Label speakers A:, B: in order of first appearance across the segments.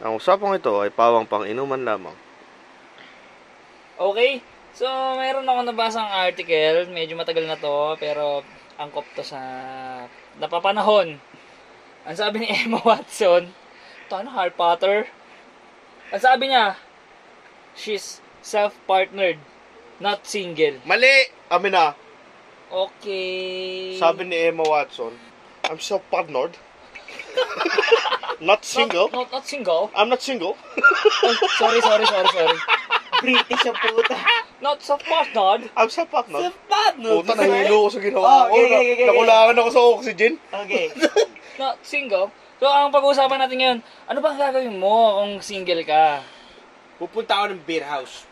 A: Ang usapang ito ay pawang pang-inuman lamang.
B: Okay. So, mayroon ako nabasang article. Medyo matagal na to, pero angkop to sa napapanahon. Ang sabi ni Emma Watson, ito ano, Harry Potter? Ang sabi niya, she's self-partnered, not single.
A: Mali! Amin na,
B: Okay.
A: sabi ni Emma Watson, I'm so partnered. Not single.
B: Not, not, not single.
A: I'm not single.
B: Oh, sorry, sorry, sorry, sorry.
C: British ang puta.
B: Not self-partnered.
A: I'm so partnered.
C: Sapano?
A: Puta, nahilo ako sa
C: Oh,
A: ginawa ko.
C: okay, okay, okay, okay.
A: Nakulangan ako sa oxygen.
C: Okay.
B: Not single. So, ang pag-uusapan natin ngayon, ano ba ang gagawin mo kung single ka?
D: Pupunta ako ng beer house.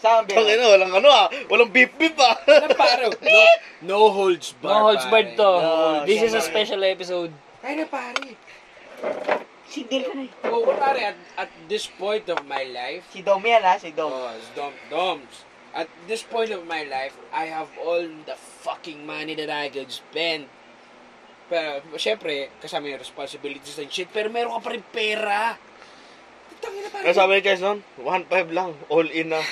C: Saan
A: Ang
C: ba?
A: ina, walang ano ah. Walang beep beep ah.
D: Ano paro? No, no holds
B: No
D: bar.
B: holds barred
D: pare.
B: to.
A: Oh,
C: No,
B: This is a
C: sorry.
B: special episode.
D: Ay na pare.
C: Single ka na eh.
D: Oo pare, at, at this point of my life,
C: Si Dom yan ha, si Dom.
D: oh, it's dom doms. At this point of my life, I have all the fucking money that I could spend. Pero, syempre, kasama yung responsibilities and shit, pero meron ka pa rin pera. Tangin na pare.
A: Ano sabi ni Chess nun? 1.5 lang. All in na.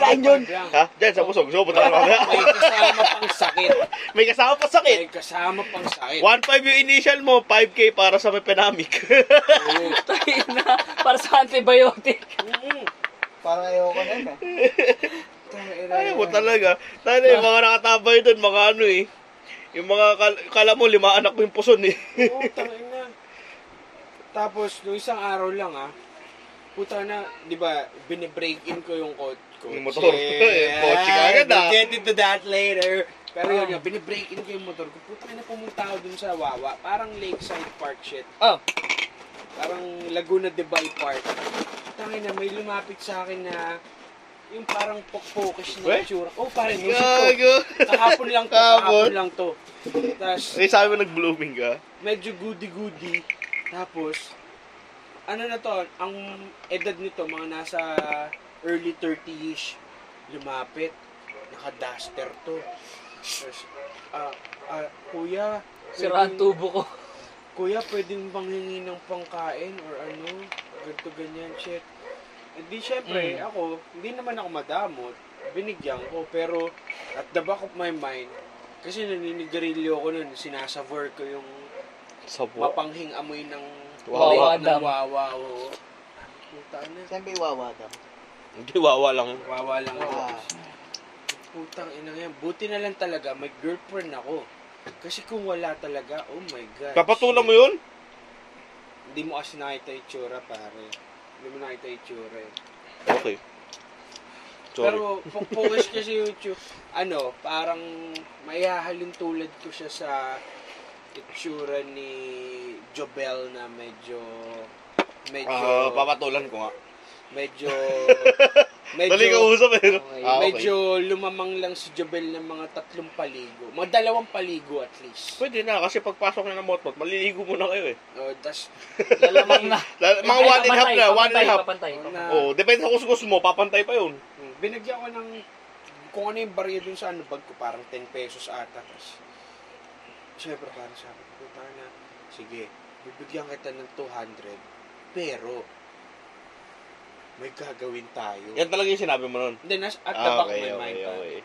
C: Saan yun?
A: Ha? Diyan sa pusog. So, punta ka na.
D: May kasama pang sakit.
A: May kasama pa sakit.
D: May kasama pang sakit.
A: 1.5 yung initial mo, 5K para sa may penamic.
D: Oo.
B: Tayo na. Para sa antibiotic.
C: Parang ayoko na yun ah. ha.
A: Ay, mo talaga. Tala, yung mga nakatabay doon, mga ano eh. Yung mga, kal- kala mo, lima anak ko yung puson eh.
D: Oo, tangin na. Tapos, nung isang araw lang ah, puta na, di ba, binibreak in ko yung kot ko.
A: Yung motor. Eh, kotse ka agad, ah.
D: We'll get into that later. Pero yun nga, binibreak in ko yung motor ko. Puta na, pumunta ako dun sa Wawa. Parang Lakeside Park shit.
B: Oh,
D: Parang Laguna de Bay Park. Tangin na, may lumapit sa akin na yung parang pokpokish na
A: Weh?
D: itsura. Oh, parang yung ko.
A: Gago.
D: Kahapon lang to,
A: Kahapon?
D: kahapon lang to. Tapos,
A: Eh, sabi mo nag-blooming ka.
D: medyo goody-goody. Tapos, ano na to, ang edad nito, mga nasa early 30-ish, lumapit. Naka-duster to. Tapos, ah, ah, kuya,
B: sira ang
D: pwedeng-
B: tubo ko.
D: kuya, pwedeng bang hingi ng pangkain or ano, ganito ganyan, shit. Eh di syempre,
B: Mm.
D: ako, hindi naman ako madamot, binigyan ko, pero at the back of my mind, kasi naninigarilyo ako nun, sinasavor ko yung
A: Sa
D: mapanghing amoy ng
A: Wawa.
D: ng
B: Dam.
D: wawa, oo. Puta na.
C: Saan ba iwawa Dom?
A: Hindi, wawa lang.
D: Wawa lang ako.
C: Ah.
D: Putang ina yan. Buti na lang talaga, may girlfriend ako. Kasi kung wala talaga, oh my God.
A: Papatulan mo yun?
D: Hindi mo kasi nakita yung tsura, pare. Hindi mo nakita yung tsura eh.
A: Okay. Sorry.
D: Pero pagpukis kasi yung tsura, ano, parang maihahalin tulad ko siya sa itsura ni Jobel na medyo medyo
A: Ah, papatulan ko nga.
D: medyo
A: Dali ka usap eh.
B: Okay.
A: Ah, okay.
D: Medyo lumamang lang si Jobel ng mga tatlong paligo. Mga dalawang paligo at least.
A: Pwede na, kasi pagpasok na ng motmot, maliligo muna kayo eh.
D: Oh, das,
B: Lalamang na.
A: Lalo- Mga one and a half na, one and a half.
B: Papantay, papantay.
D: na,
A: Oo, depende sa kuskus mo, papantay pa yun.
D: Hmm, Binagyan ko ng kung ano yung barya dun sa ano bag ko, parang 10 pesos ata. Tapos, syempre parang sabi ko, puta na, sige, bibigyan kita ng 200, pero, may gagawin tayo.
A: Yan talaga yung sinabi mo nun.
D: Then, as, at the
A: Ah,
D: back of
A: okay,
D: my
A: okay,
D: mind, pare.
A: okay.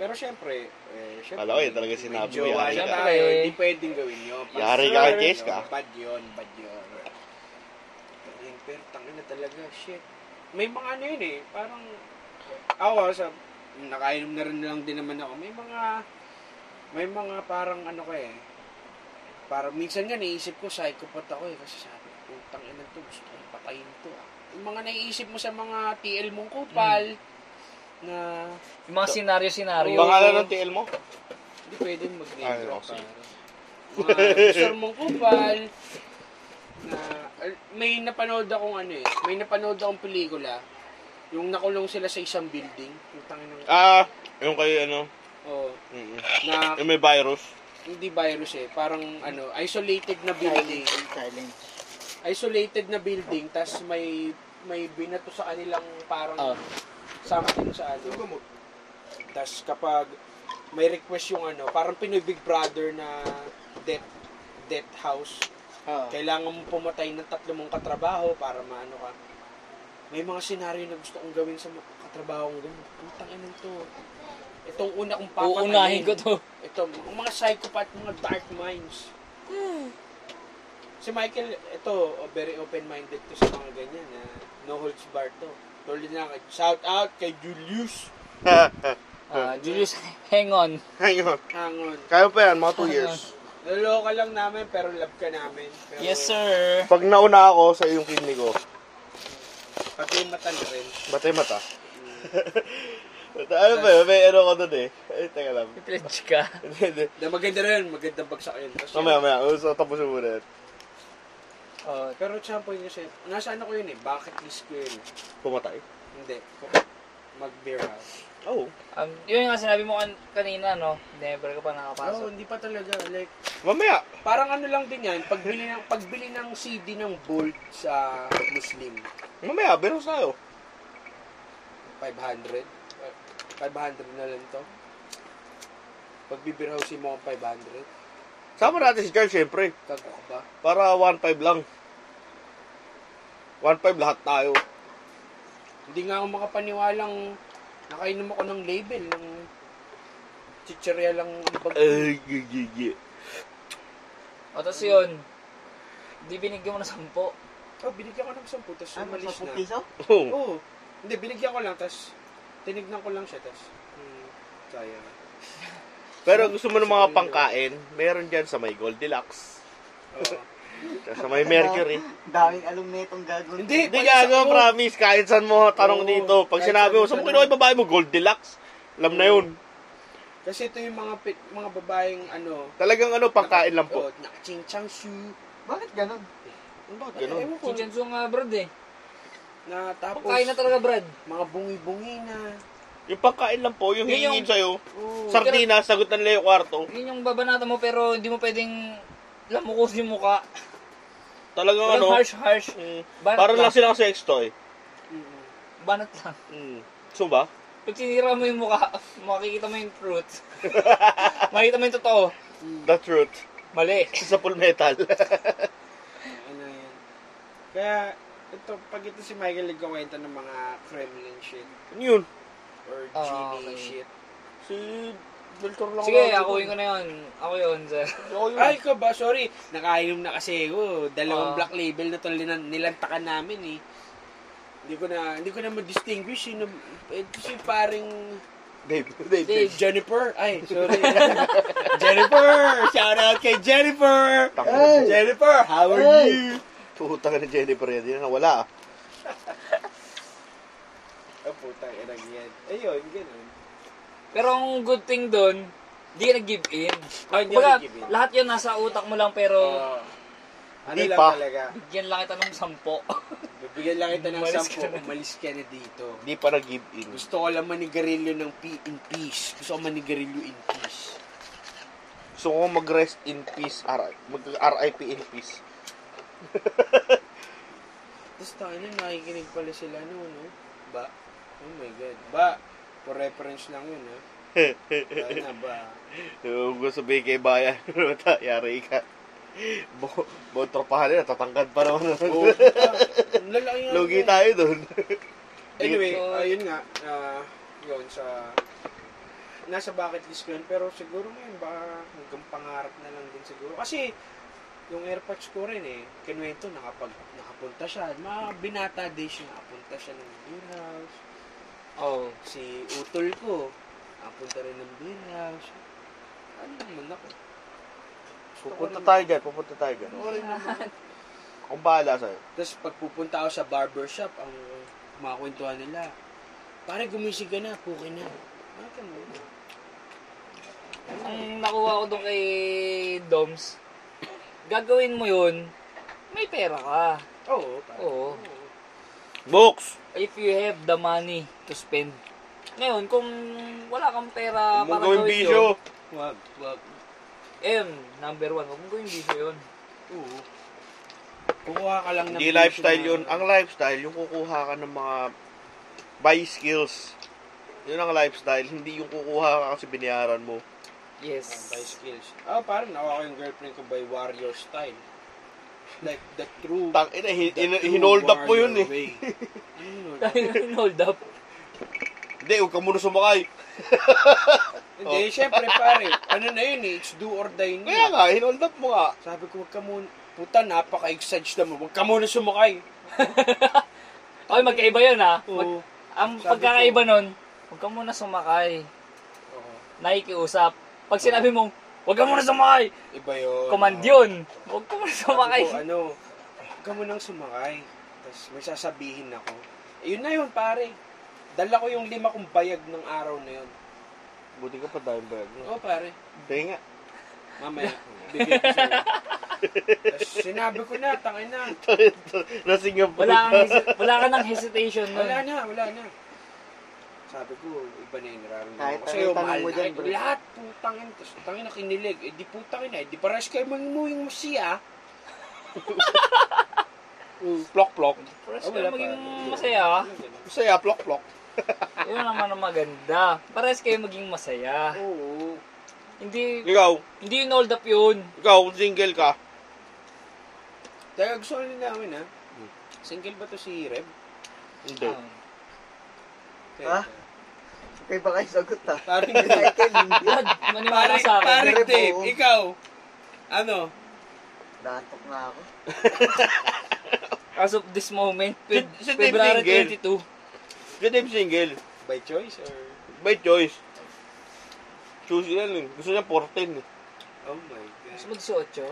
D: pero syempre, eh, syempre,
A: Alam ko, yun talaga sinabi mo,
D: mo
A: yari
B: ka.
D: tayo, hindi pwedeng gawin yun.
A: Yari
B: ka kay
A: Jess ka.
D: Bad yun, bad yun. Tangin, Pero tangin na talaga, shit. May mga ano yun eh, parang, ako sa, nakainom na rin lang din naman ako, may mga, may mga parang ano ko eh, parang minsan nga naisip ko, psychopath ako eh, kasi sabi ko, tangin na to, gusto kong patayin to ah. Yung mga naiisip mo sa mga TL mong kupal,
A: Hmm.
D: na,
B: Yung mga senaryo-senaryo.
A: Pangalan ng TL mo?
D: hindi pwede mag-name
A: Ay,
D: drop
A: okay.
D: parang. mga Sir Mongkupal, na al- may napanood akong ano eh, may napanood akong pelikula, yung nakulong sila sa isang building, yung tangin ng,
A: Ah, yung kay ano,
D: oh,
A: mm,
D: na
A: yung may virus.
D: hindi virus eh, parang ano, isolated na building.
C: Silent. Silent.
D: Isolated na building, tas may may binato sa kanilang parang
C: Ah.
B: Oh.
D: something sa ano. Tas kapag may request yung ano, parang Pinoy Big Brother na death, death house.
C: Oo.
D: Kailangan mo pumatay ng tatlo mong katrabaho para maano ka. May mga senaryo na gusto kong gawin sa mga katrabaho kong ganun. Putang ina to. Itong una kong papatayin.
B: Uunahin ko to.
D: Ito, mga psychopath, mga dark minds. Si Michael, ito, oh, very open-minded to sa mga ganyan. Na no holds barred to. Tuloy na, kay- shout out kay Julius
B: Ah, Julius, hang on.
A: Ngayon.
D: Hangon.
A: Kaya pa yan, mga 2 years.
D: Naloko lang namin, pero love ka namin. Pero
B: Yes, sir.
A: Pag nauna ako sa yung kidney ko,
D: Pati yung mata na rin.
A: batay mata. ano ba yun? May ano ko doon eh. Ay, teka lang.
B: Pledge ka.
A: Hindi, hindi.
D: Na maganda rin, magandang bagsak yun. Tapos
A: Mamaya, mamaya. So, tapos mo muna. yan.
B: Oh,
D: yun. Ah, Pero champo yun kasi, nasa ano ko yun eh, bucket list ko yun.
A: Pumatay.
D: Hindi. Mag-beer house.
A: Oh.
B: um, yun nga sinabi mo kan- kanina, no? Never ka pa
D: No,
B: nakapasok.
D: hindi pa talaga. Like,
A: Mamaya.
D: parang ano lang din yan, pagbili ng, pagbili ng CD ng Bolt sa Muslim,
A: Mamaya, binos tayo.
D: 500. Uh, 500 na lang to. Pagbibirhousin mo ang 500,
A: Sama natin si Charles, syempre.
D: kago ka ba?
A: Para 1.5 lang. 1.5 lahat tayo.
D: Hindi nga ako makapaniwalang nakainom ako ng label ng chichirya lang ang bag.
A: Ay, gigi.
B: O, tapos yun. Di binigyan mo na sampo.
D: Oh, binigyan ko ng 10 tapos
C: Ah,
D: umalis
C: magsampung
D: na.
C: piso?
A: Oh.
D: Oo. Hindi, binigyan ko lang, tapos tinignan ko lang siya, tapos hmm, sayang.
A: Pero gusto mo ng mga pangkain, meron dyan sa may Goldilocks.
D: Oo.
A: Sa may Mercury.
C: Daming alumni itong gagawin.
D: Hindi.
A: Hindi gago,
D: Palis ako.
A: promise. Kahit saan mo, tanong
D: Oo,
A: dito. Pag
D: kahit
A: sinabi mo,
D: saan,
A: saan mo
D: saan.
A: kinuha yung babae mo? Goldilocks. Alam na yun.
D: Kasi ito yung mga pit, mga babaeng ano,
A: Talagang ano, pangkain lang po.
D: oh, nakachinchang shoe.
C: Bakit ganun?
D: Ang bakit?
A: Ganun.
D: Ano Ewan ko.
B: Chichensu nga, Brad, eh.
D: Na tapos,
B: Pagkain na talaga, Brad.
D: mga bungi-bungi na.
A: Yung pangkain lang po, yung
B: Yun yung-
A: hihingin sa'yo.
D: Oo.
A: Sardinas, sagot na nila yung kwarto.
B: Yun yung babanata mo, pero hindi mo pwedeng lamukos yung muka.
A: Talagang
B: Walang
A: ano,
B: harsh-harsh.
A: mm,
B: Banat
A: parang lang
B: lang.
A: silang sex toy.
D: Mm.
B: Banat lang.
A: eh. Mm. So ba?
B: Pag sinira mo yung mukha, makikita mo yung truth. makikita mo yung totoo.
A: The truth.
B: Mali.
A: Sa full metal.
D: Ano yan. Kaya, ito, pag ito si Michael nagkakwento ng mga Kremlin shit
A: Ano yun.
D: or
B: Ah,
D: genie
B: okay.
D: shit.
A: Si Beltor lang.
B: Sige, ako yun ko na yun. Ako yun, sir.
A: Ako yun.
D: Ay, ka ba? Sorry. Nakainom na kasi ako. Dalawang
B: Ah.
D: black label na itong nilantakan namin eh. Hindi ko na, hindi ko na ma-distinguish. Sino, ito si paring eh,
A: Dave. Dave.
B: Dave.
D: Jennifer. Ay, sorry. Jennifer! Shout out kay Jennifer!
A: Tako.
C: Ay!
D: Jennifer, how are
C: Ay!
D: you?
A: Puta ka na Jennifer yan. Yan nawala ah.
D: Oh, putang inang yan. Ayun, ganun.
B: Pero ang good thing doon, di ka nag-give in.
D: Oh, hindi
B: Kumbaga,
D: ako nag-give in.
B: lahat yun nasa utak mo lang, pero
D: Oh. ano
A: Di
D: lang
A: pa.
D: talaga.
B: bigyan lang kita ng sampo.
D: Bibigyan lang kita ng
B: Umalis
D: sampo.
B: ka na.
D: Umalis ka na dito.
A: Hindi pa nag-give in.
D: Gusto ko lang manigarilyo ng P in peace. Gusto ko manigarilyo in peace.
A: Gusto ko mag-rest in peace. R- Mag-RIP in peace.
D: Tapos tayo na, nakikinig pala sila noon, no? Ba? Oh my God. Ba? For reference lang yun, ha? Tayo na, ba?
A: Yung gusto sabihin kay Bayan, "Ano yari ka. Bo, bo tropahan nila, tatangkad pa naman.
D: Oh, puta. Ang lalaki nga.
A: Lugi
D: yun.
A: tayo doon.
D: Anyway,
B: So,
D: ayun nga. ah, yun, sa... Nasa bucket list ko yun, pero siguro ngayon, baka hanggang pangarap na lang din siguro. Kasi, yung airpods ko rin eh, kinuwento, nakapag, nakapunta siya. Mga binata days yung nakapunta siya ng beer house.
B: oh.
D: si utol ko, napunta rin ng beer house. Ano naman ako?
A: Pupunta tayo dyan, pupunta tayo dyan.
D: Sorry naman.
A: Kung bahala sa'yo.
D: Tapos pagpupunta ako sa barbershop, ang mga kwentuhan nila, pare gumising ka na, pukin na. Ah, Bakit mo?
B: Ang nakuha ko doon kay Doms, gagawin mo yun, may pera ka.
D: Oo, pare.
B: Oo.
A: Books!
B: If you have the money to spend. Ngayon, kung wala kang pera
A: Huwag mong
B: para
A: gawin
B: gawin
A: bisyo.
B: yun,
D: Wag, wag.
B: M, number one, huwag mong gawin bisyo yun.
D: Oo. Kukuha ka lang ng...
A: Hindi
D: vision
A: lifestyle
D: na-
A: yun. Ang lifestyle, yung kukuha ka ng mga buy skills. Yun ang lifestyle. Hindi yung kukuha ka kasi binayaran mo.
B: Yes.
D: Ah, by skills. Ah, parang nakuha ko yung girlfriend ko by warrior style. like the true
A: Tang ina, hin-
D: the
A: hin-
D: true
A: hinold up mo
D: warrior
A: yun eh.
D: way. Ano yun, hold up?
B: Dahil na hold up.
A: Hindi, huwag ka muna sumakay.
D: Hindi, syempre pare, ano na yun eh, it's do or die na.
A: Kaya nga, hinold up mo nga.
D: Sabi ko, wag ka muna, puta, napaka-exage naman, wag ka muna sumakay.
B: Oy, magkaiba yun ha. Mag-
D: Oo.
B: ang
D: Sabi ko.
B: pagkakaiba nun, huwag ka muna sumakay.
D: Oo.
B: Nakikiusap. Pag sinabi mong, huwag ka muna sumakay,
D: Iba yun.
B: command yun. Huwag ka muna
D: Sabi
B: sumakay.
D: ko, ano, huwag ka munang sumakay. Tapos may sasabihin ako. Eh, yun na yun, pare. Dala ko yung lima kong bayag ng araw na yun.
A: Buti ka pa dahil ba yun.
D: Oo, pare.
A: Kaya nga.
D: Mamaya, bigay ko sa'yo. Tapos sinabi ko na, tangin na.
A: Lasing yung
B: Wala, kang, hesi- wala ka ng hesitation nun.
D: Wala na, wala na. Sabi ko, iba na yung nararamdaman
C: Kahit
D: ko.
C: ano
D: Kasi
C: yung
D: yung
C: tanong
D: mahal
C: mo
D: na,
C: dyan,
D: eh,
C: bro.
D: lahat, putangin. Tapos tangin na kinilig. Eh, di putangin na. Eh, di pares kayo mangimuhing mo siya.
A: Plok, plok.
B: Pero
D: Ah, wala
B: kayo maging
D: pa.
B: masaya. ah.
A: Masaya, plok, plok.
B: Yun naman ang maganda. Parehas kayo maging masaya.
D: Oo.
B: Hindi,
A: Ikaw,
B: hindi yun hold up yun.
A: ikaw, kung single ka.
D: Dahil gusto nila namin, ha? Single ba to si Reb?
A: Hindi.
B: Ah.
C: Ha? Kaya ba kayo sagot ah. ha?
D: Parang
C: Title, hindi.
B: God, maniwala sa akin.
D: Parang
C: Reb,
D: Dave,
C: oo.
D: ikaw. Ano?
C: Natok na ako.
B: As of this moment,
A: Si-
B: Feb-
A: si Dave
B: February
A: Single.
B: 22.
A: Hindi tayo single.
D: By choice or...
A: By choice. Choose yan eh. Gusto niya 14 eh.
D: Oh my
B: Mas mo
D: God.
B: 18.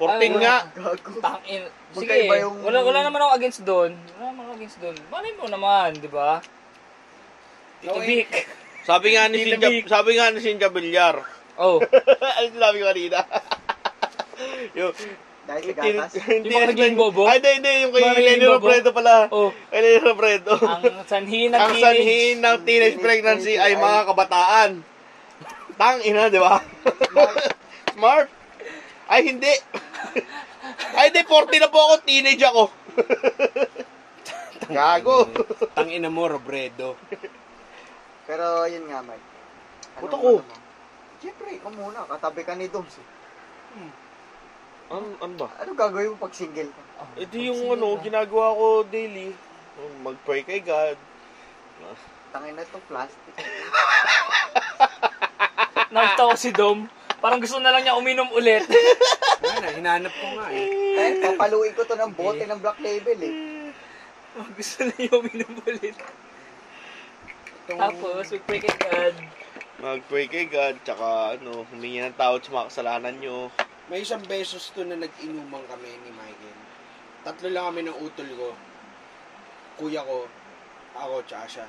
B: Ah,
A: 14 nga.
C: Gago.
B: Tangin. Sige,
C: Magkaiba yung-
B: wala, wala naman ako against doon. Wala naman ako against doon. Malay mo naman, di ba? Tito
D: Okay.
B: Vic.
A: Sabi nga ni Sinja,
B: Tinamik.
A: sabi nga ni Sinja Villar.
B: Oh,
A: Ano sinabi ko kanina? yung,
C: Dahil sa
A: tin-
C: gatas.
A: hindi
B: Yung mga
A: explain-
B: naging bobo?
A: Ay, hindi, hindi. Yung kay
B: Mga naging
A: Lenny
B: bobo?
A: Robredo pala.
B: oh.
A: Kay Lenny Robredo.
B: Ang sanhi ng
A: Ang sanhin ng teenage
C: Teenage
A: pregnancy ay
C: pregnancy
A: mga
C: ay-
A: kabataan. Tang ina, di ba? Smart. Ay, hindi. Ay, hindi. 40 na po ako. Teenage ako. Gago.
D: Tangina mo, Robredo.
C: Pero yun nga, Mike. Ano
A: Puto
C: mo
A: ko.
C: naman? Siyempre, ikaw muna. Katabi ka ni Doms. eh.
A: Ano, ano ba?
C: Ano gagawin mo pag single ka?
B: Oh,
A: Eh, di yung ano, ginagawa ko daily. Mag-pray kay God.
C: Tangin na itong plastic.
B: Nakita ko si Dom. Parang gusto na lang niya uminom ulit.
D: Ano, hinanap ko nga eh.
C: Tangin, papaluin ko to ng bote ng black label eh.
B: gusto na niya uminom ulit.
D: Itong,
B: Tapos, mag-pray kay God.
A: Mag-pray kay God. Tsaka, ano, humingi ng tawad sa mga kasalanan nyo.
D: May isang beses to na nag-inuman kami ni Michael. Tatlo lang kami ng utol ko. Kuya ko, ako, tsaka siya.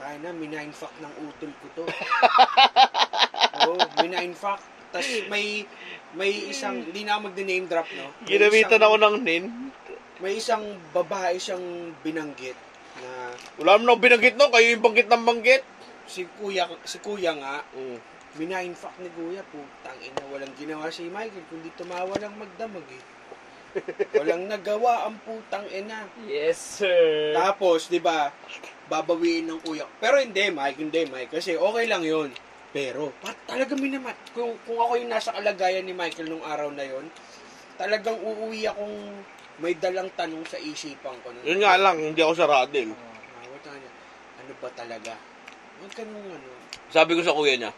D: Tayo na, minainfuck ng utol ko to. Oo, minainfuck. Tapos may, may isang, hindi na ako mag-name drop, no? May
A: Ginamitan
D: isang-
A: ako ng nin.
D: May isang babae siyang binanggit na
A: Wala mo nang binanggit no. Kayo yung banggit ng banggit.
D: si kuya, si kuya nga,
A: Mm.
D: Minainfuck ni Kuya, putang ina, walang ginawa si Michael, kundi tumawa lang magdamag eh. Walang nagawa ang putang ina.
B: Yes, sir.
D: Tapos, di ba, babawiin ng kuya. Pero hindi, Mike, hindi, Mike. Kasi okay lang yon Pero, pat talaga minamat. Kung, kung ako yung nasa kalagayan ni Michael nung araw na yon talagang uuwi akong may dalang tanong sa isipan ko.
A: Yun nga lang, hindi ako sarado eh.
D: Tawa, tanga niya. Ano ba talaga? Huwag ka nung ano.
A: Sabi ko sa kuya niya,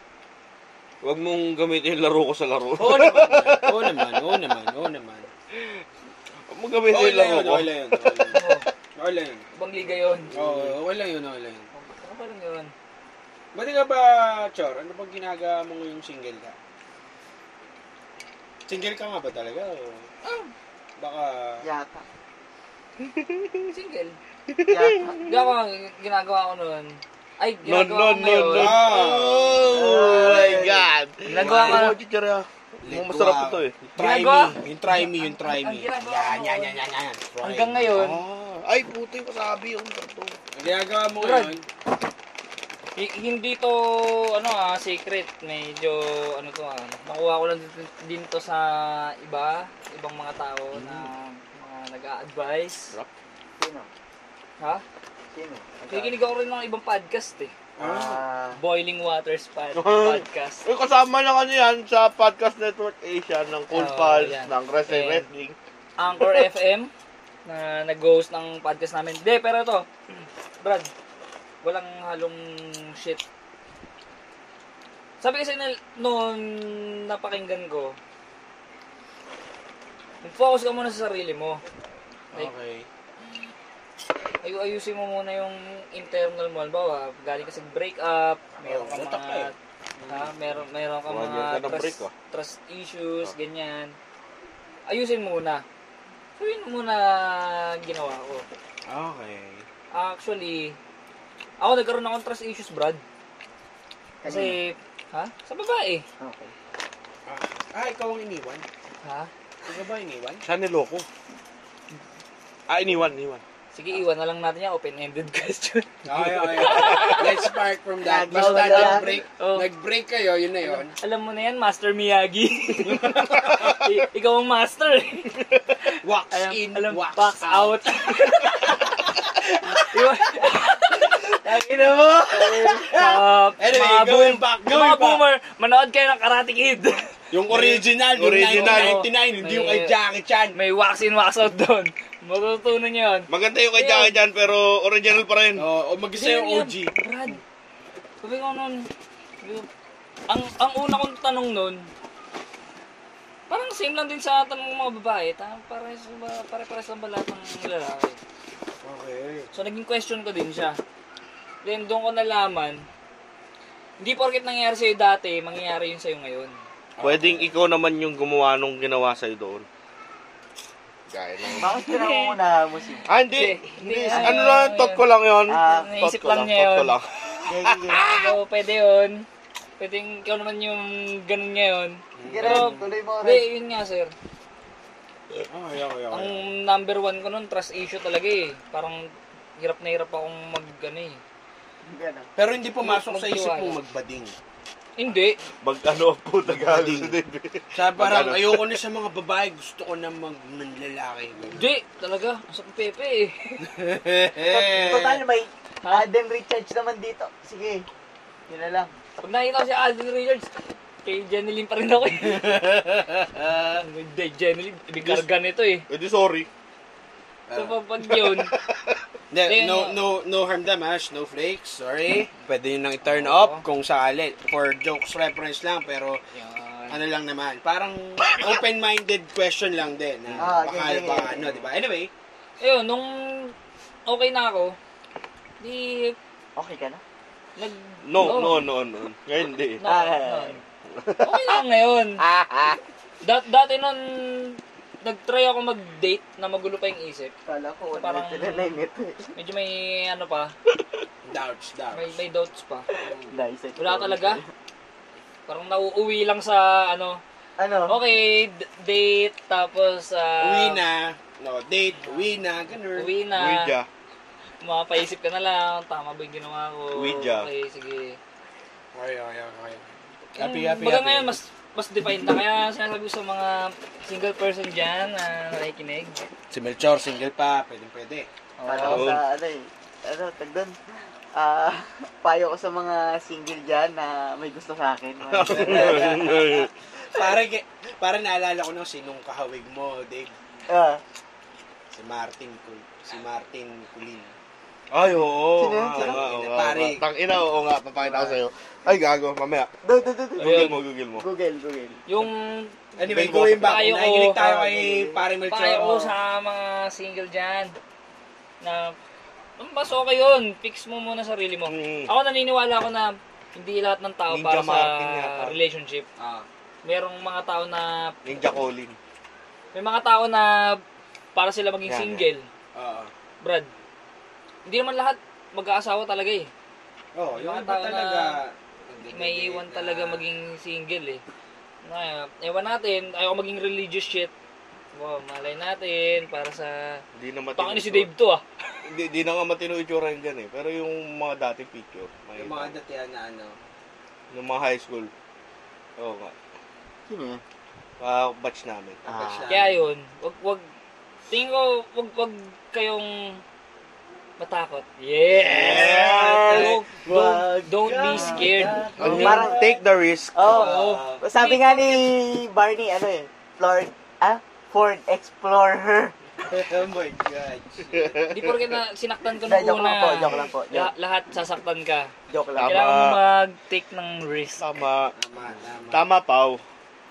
A: huwag mong gamitin yung laro ko sa laro.
D: Oo naman, oo naman, oo naman, oo naman.
A: Huwag mong gamitin
D: Okay
A: yung
D: lang
A: laro
D: yun,
A: ko.
D: okay lang yun. okay lang yun. Okay lang yun.
B: Ibang liga yun.
A: Oh.
D: Oo, okay lang yun, okay lang yun.
B: Ano ba lang yun?
D: Ba't ka ba, Chor? Ano pag ginagawa mo ngayong single ka? Single ka nga ba talaga? O Ah, baka...
C: Yata.
B: Single.
C: Yata.
B: Hindi ako, ginagawa ko noon. Ay,
A: No,
B: ginagawa
A: no,
B: ko
A: no,
B: ngayon.
A: no.
D: Ah!
A: Oh my God.
B: Ginagawa ka.
A: Oh, chichara. Mukhang
D: Let
A: masarap
D: go
A: ito eh.
D: out. Try
B: Ginagawa?
D: me. Yung try me, yung try
B: Ang-
D: me.
B: ang ginagawa ko
D: Yan, yan,
B: noon.
D: yan, yan, yan. Try
B: Hanggang
D: me.
B: ngayon,
A: Ah, ay, puto yung kasabi. Ang sarap.
D: Ang ginagawa mo ngayon,
B: hi- hindi to, ano ah, secret. Medyo, ano to ah, nakuha ko lang din- din to sa iba, ibang mga tao na mga nag-a-advise.
C: Sino?
B: Ha?
C: Sino?
B: Nakikinig ako rin ng ibang podcast eh.
C: Ah,
B: Boiling Waters pod-
A: Ah.
B: podcast.
A: Eh, kasama lang ano yan sa Podcast Network Asia ng Cool
B: Oo,
A: Pals,
B: yan.
A: ng Wrestling
B: And-
A: Wrestling.
B: Anchor FM na nag-host ng podcast namin. Hindi, pero ito, Brad, walang halong shit. Sabi kasi nil- noon napakinggan ko, mag-focus ka muna sa sarili mo. Like,
D: Okay.
B: ayu ayusin mo muna yung internal mo. Halimbawa, galing ka sa breakup, meron
D: Oh,
B: ka
D: utak ka
B: mga...
D: eh.
B: Ha, meron, meron ka
A: Mga
B: mga
A: ganyan ka ng
B: trust,
A: break, ah.
D: oh.
B: trust issues,
A: Ah.
B: ganyan. Ayusin mo muna. So, yun muna ginawa ko.
D: Okay.
B: Actually, ako nagkaroon akong trust issues, Brad. Kasi, ha? Sa babae.
C: Okay.
D: Ah, ah, ikaw ang iniwan?
B: Ha?
D: Ikaw ba iniwan?
A: Siya niloko. Ah, iniwan, iniwan.
B: Sige,
D: Ah.
B: iwan na lang natin yan. Open-ended question.
D: Okay, okay. Let's spark from that.
C: Lagi
D: Basta
C: wala.
D: nag-break,
B: Oh.
D: nag-break kayo, yun na yun.
B: Alam mo na yan, Master Miyagi. I- ikaw ang master. eh.
D: Wax
B: alam,
D: in,
B: alam,
D: wax, out.
B: out. Iwan. Tangina mo. Uh,
D: Anyway,
B: mga
D: going
B: boom-
D: back,
B: mga
D: going back.
B: boomer, manood kayo ng Karate Kid.
D: Yung original, yung
A: Original.
D: 1999, hindi yung
B: May-
D: kay Jackie Chan.
B: May wax in, wax out doon. Matutunan nyo yun.
A: Maganda yung kay Jackie Chan, pero original pa rin.
D: Oo, oh, mag-isa yung
B: Yun
D: OG.
B: yan, Brad, sabi ko nun, sabi ko, ang, ang una kong tanong nun, parang same lang din sa tanong ng mga babae. Parang pares, ba, pare-pares lang ba lahat ng lalaki?
D: Okay.
B: So, naging question ko din siya. Then, doon ko nalaman, hindi porket nangyari sa'yo dati, mangyayari yun sa'yo ngayon.
A: Pwedeng ikaw naman yung gumawa nung ginawa sa'yo doon. Gaya na.
C: Bakit pinangungunahan mo si...
A: Ah, hindi.
B: Hindi,
A: Hindi.
B: hindi.
A: Ano lang, thought ko lang yun.
C: Ah,
A: Thought
B: naisip
A: ko
B: lang niya
A: thought ko
B: yun.
A: lang.
C: Yeah, yeah, yeah.
B: So, pwede yun. Pwedeng ikaw naman yung ganun ngayon.
C: Sige rin, tuloy mo
B: Hindi,
C: rin.
B: yun nga, sir.
D: Okay, okay, okay.
B: Ang number one ko nun, trust issue talaga eh. Parang hirap na hirap akong mag ano eh.
C: Ganun.
D: Pero hindi pumasok sa ano? isip
B: Magtiwala.
D: mong magbading.
B: Hindi.
A: Mag ano po, Tagalog si Dave.
D: Sa parang
A: Mag-ano?
D: ayoko na sa mga babae, gusto ko na mag manlalaki.
B: Hindi. Talaga. Nasa pepe eh.
C: Tot- Total, may
B: Ha?
C: Adam Richards naman dito. Sige. Yun na lang.
B: Pag nakita ko si Alden Richards, kay Jeneline pa rin ako eh. Hindi, Jeneline. Ibig karga nito eh.
A: Eh di sorry.
B: So pag, pag yun,
D: Hindi,
B: Ayun,
D: no,
B: no.
D: no, no harm dam ha, snowflakes, sorry. Pwede nyo nang i-turn up kung sakali. For jokes reference lang, pero
B: yun.
D: ano lang naman. Parang open-minded question lang din.
C: Ah,
D: Na, baka,
C: yeah, yeah,
D: baka
C: yeah.
D: ano, di ba? Anyway,
B: Ayun, nung okay na ako, di
C: Okay ka na?
B: nag...
A: No,
B: Oo.
A: no, no, no. Ngayon hindi.
B: No, no. Okay lang ngayon.
C: Ah, ah.
B: Dat, dati nun, nag-try ako mag-date na magulo pa yung isip.
C: Kala ko,
B: So, parang-
C: ulit na lang ito eh.
B: Medyo may ano pa,
D: doubts,
B: may,
D: doubts.
B: may doubts pa.
C: Nice. eh. ito.
B: Wala talaga. Parang nauuwi lang sa ano,
C: Ano?
B: okay, d- date, tapos ah,
D: Uwi na, no, date, uwi na, ganun.
B: uwi na.
A: Ouija.
B: Mapaisip ka na lang, tama ba yung ginawa ko?
A: Uwi dya.
B: Okay, sige.
D: Okay, okay, okay. Happy,
B: Yung
D: happy,
B: baga
D: happy.
B: Mm. ngayon, mas, mas defined na. Kaya sinasabi ko sa mga single person dyan na nakikinig.
D: Si Melchor, single pa, pwede, pwede.
C: Kala ko sa ano eh. Ano, tag doon. Ah, payo ko sa mga single dyan na may gusto sa akin.
D: Pare, ge- pare naalala ko nung sinong kahawig mo, Dave.
C: Ah,
D: Si Martin, Cul- si Martin Culin.
A: Ay, oo.
C: Sino yun?
A: nga,
C: Sino?
A: nga, oo nga,
D: Pare.
A: nga. Tangina, oo nga. Papakita ko sa'yo. Ay, gago. Mamaya.
C: do, do, do, do.
A: Google mo, Google mo.
C: Google, Google.
B: Yung
D: Anyway,
A: Bago.
D: going back,
B: Tayo oh, ko.
D: nakikinig tayo kay
C: Ah,
D: pare Melchor.
B: payo ko oh, sa mga single dyan na um, mas okay yun, fix mo muna sarili mo.
A: Mm.
B: Ako naniniwala ako na hindi lahat ng tao
A: Ninja
B: para
A: Martin yata.
B: sa relationship.
D: Ah,
B: Merong mga tao na
A: Ninja Colin.
B: may mga tao na para sila maging
A: Yan,
B: single.
D: oo.
B: Brad. Hindi naman lahat mag-aasawa talaga eh.
D: Oh,
B: Mga
D: yung iba
B: tao na
D: talaga.
B: May iwan talaga maging single eh. Kaya, ewan natin, ayaw ko maging religious shit. Wow, malay natin para sa...
A: Hindi na matino.
B: Baka ni si Dave to ah.
A: Hindi, di na nga matino itsura yun dyan eh. Pero yung mga dati picture. May,
D: Yung mga datihan na ano.
A: yung mga high school. Oo nga.
C: Sino yan?
A: Ah, batch namin.
C: Ah,
B: Kaya yun, wag, wag, tingin ko, wag, wag kayong matakot. Yeah! Don't, don't, don't be scared.
C: Huwag
A: Huwag
C: mo- Parang-
A: take the risk.
C: Oo. Oh, sabi nga ni Barney, ano eh, Flor, ah, Ford Explorer.
D: oh my God.
B: Hindi porket na sinaktan ko
C: Hindi,
B: nung
C: joke
B: una.
C: lang po, joke lang po, joke.
B: La- lahat sasaktan ka.
C: Joke
A: Tama.
C: lang.
B: Kailangan mo mag-take ng risk.
A: Tama.
D: Tama, tama.
A: Tama, Pao.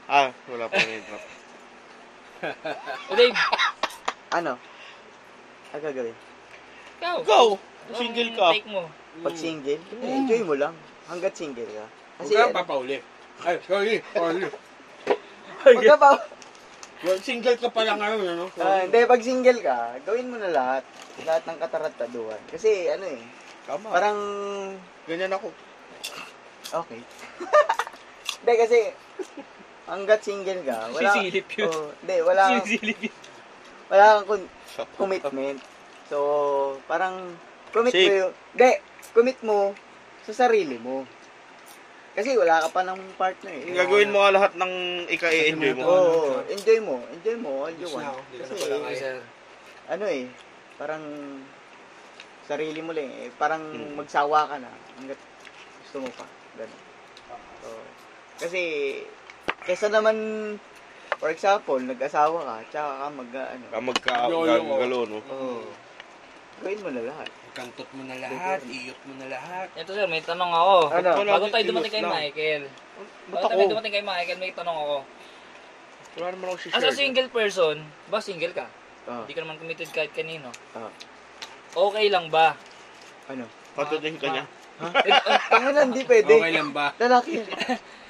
A: Ah, wala pa rin drop.
B: O Dave,
C: Ano? Ang gagawin?
B: ikaw.
A: Go!
B: Anong
A: Single ka.
B: Take mo.
C: Pag single, enjoy mo lang. Hanggat single ka.
D: Huwag kang papauli. Ay, sorry. Pauli.
C: Huwag ka pa.
D: Well, single ka pala ngayon, ano?
C: Ah, hindi, pag single ka, gawin mo na lahat. Lahat ng katarataduan. Kasi ano eh,
A: Tama.
C: parang
A: Ganyan ako.
C: okay. Hindi kasi hanggat single ka, wala
B: Sisilip yun.
C: Oh, Hindi, wala kang
B: Sisilip yun.
C: wala kang kun- commitment. So, parang commit
A: Sick.
C: mo yung... Hindi, commit mo sa sarili mo. Kasi wala ka pa ng partner eh.
A: Gagawin mo nga lahat ng ika-enjoy mo.
D: Oo.
C: Oo, enjoy mo. Enjoy mo all you
D: Yes,
C: want.
D: now.
C: Kasi,
D: Yes, now.
C: eh, ano eh, parang sarili mo lang eh. Parang
A: Hmm.
C: magsawa ka na hanggat gusto mo pa. Ganun. So, kasi, kesa naman, for example, nag-asawa ka, tsaka ka mag, ano,
A: Ka Ah, magka
D: Yolo.
A: gagalo, no?
C: Oo. gawin mo na lahat.
D: Oh. Kantot mo na lahat, iyot mo na lahat.
B: Ito sir, may tanong ako.
C: Ano?
B: Bago tayo dumating kay Michael.
A: Ba't
B: Bago
A: ako?
B: tayo dumating kay Michael, may tanong ako.
A: Wala naman ako si
B: As a single person, ba single ka?
C: Oh,
B: Hindi ka naman committed kahit kanino.
C: oh,
B: Okay lang ba? Eh, oh,
C: ano?
A: Patutin ka
C: Ah,
A: niya.
C: Tangina, hindi pwede.
D: Okay lang ba?
C: Lalaki.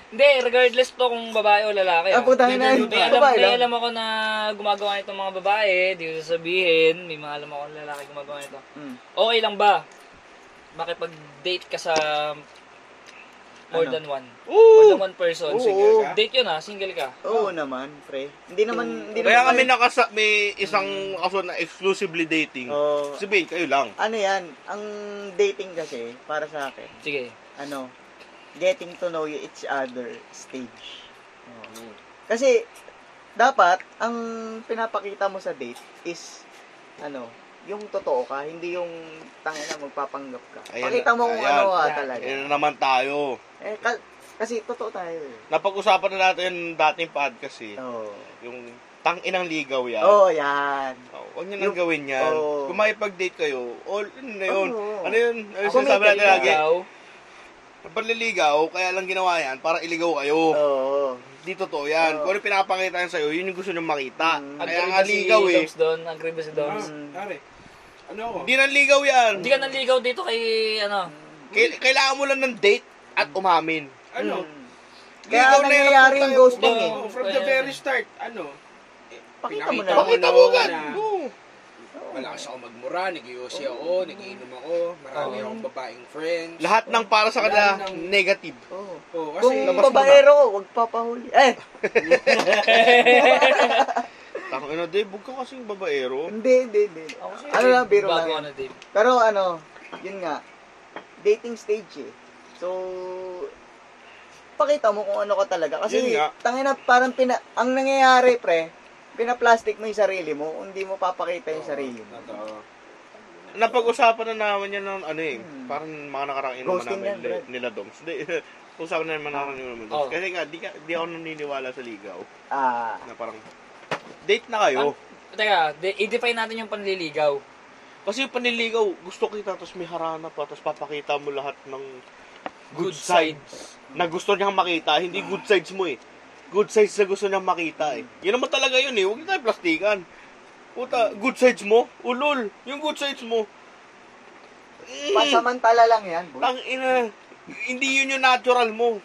B: Hindi, regardless to kung babae o lalaki.
C: Ah,
B: ah.
C: putang ina.
D: Hindi,
B: May alam,
C: Babae
B: may
C: lang.
B: alam ako na gumagawa nito mga babae, di ko sasabihin, may mga alam ako na lalaki gumagawa nito.
C: Mm.
B: Okay lang ba? Makipag-date ka sa more
C: Ano?
B: than one. More
A: Oo!
B: than one person.
C: Oo.
B: Single ka? Date yun ah, single ka.
C: Oo naman, pre. Hindi naman, hindi
A: Kaya
C: naman.
A: kami nakasa may isang kaso na exclusively dating.
C: Oo.
A: Sabihin, kayo lang.
C: ano yan, ang dating kasi, para sa akin,
B: Sige.
C: ano, getting to know you each other stage. Kasi, dapat, ang pinapakita mo sa date is, ano, yung totoo ka, hindi yung tangina magpapanggap ka.
A: Ayan
C: Pakita
A: na-
C: mo kung
A: ayan.
C: ano ka
B: Ayan.
C: talaga.
A: Ayun na naman tayo.
C: Eh, ka- kasi totoo tayo eh.
A: Napag-usapan na natin yung dating podcast eh.
C: Oo.
A: Yung tang-inang ligaw yan.
C: Oo, oh, yan.
A: Oh, huwag niyo nang
C: Yung-
A: gawin yan.
C: Oo.
A: Kung makipag-date kayo, all in na yun.
C: Oo.
A: Ano yun? Ano yung
C: Ako may
A: sinasabi natin
C: kaibigan.
A: lagi?
B: Ikaw,
A: Panliligaw, kaya lang ginawa yan para iligaw kayo.
C: Oo. Oh.
A: Di totoo yan.
C: Oo.
A: Kung ano yung pinapakita yan sa'yo, yun yung gusto nyo makita.
C: Mm.
A: Kaya
B: agree
A: nga
B: ba si
A: ligaw eh.
B: Doms doon? Agree ba si Doms?
D: Ah, Pare, ano ako?
A: Hindi nang ligaw yan.
B: Hindi ka naligaw dito kay ano?
A: Kail- Kailangan mo lang ng date at umamin.
D: Ano?
C: Hmm. Kaya
A: Ligaw na
C: nangyayari
A: yan,
C: yung
A: putang-
C: ghosting eh.
D: Oo, from the very start, ano? eh,
C: Pakita mo
D: pinakita
C: na.
A: Pakita mo agad.
D: na
A: Oo.
D: Malakas ako magmura, nag-iossi ako, nagiinom ako, marami
C: Oo.
D: akong babaeng friends.
A: Lahat ng para sa kanila,
D: Lahat ng-
A: negative.
C: Oo.
D: Oo, kasi
C: Kung
A: labas mo na.
C: babaero ko, huwag papahuli. Eh,
A: Takang ina, Dave, huwag ka kasing babaero.
C: hindi, hindi, hindi.
B: Ako si
C: Ano lang, biro lang
B: Bago
C: yan.
B: ano, Dave.
C: Pero ano, yun nga, dating stage eh. So, pakita mo kung ano ka talaga.
A: Yun
C: Kasi,
A: nga.
C: tangina, parang pina, ang nangyayari, pre, pinaplastic mo yung sarili mo, kung hindi mo papakita yung sarili mo.
D: Totoo.
A: Napag-usapan na naman yan ng ano eh.
C: Hmm.
A: Parang mga nakarang inuman
C: Ghosting
A: namin
C: yan,
A: li-
C: Brad.
A: nila Doms. Hindi, usapan na naman nakarang inuman namin.
B: Oo.
A: Kasi nga, di, ka- di ako naniniwala sa ligaw.
C: Ah,
A: Na parang, date na kayo.
B: Ah, Teka, de- i-define natin yung panliligaw.
A: Kasi yung panliligaw, gusto kita, tapos may harana pa, tapos papakita mo lahat ng good,
B: Good
A: sides. Na gusto niyang makita, hindi good sides mo eh. Good sides na gusto niyang makita eh. Yun naman talaga yun eh, huwag na tayo plastikan. Puta, good sides mo? Ulol, yung good sides mo. Mm,
C: pansamantala lang yan, boy.
A: tang ina. Hindi yun yung natural mo.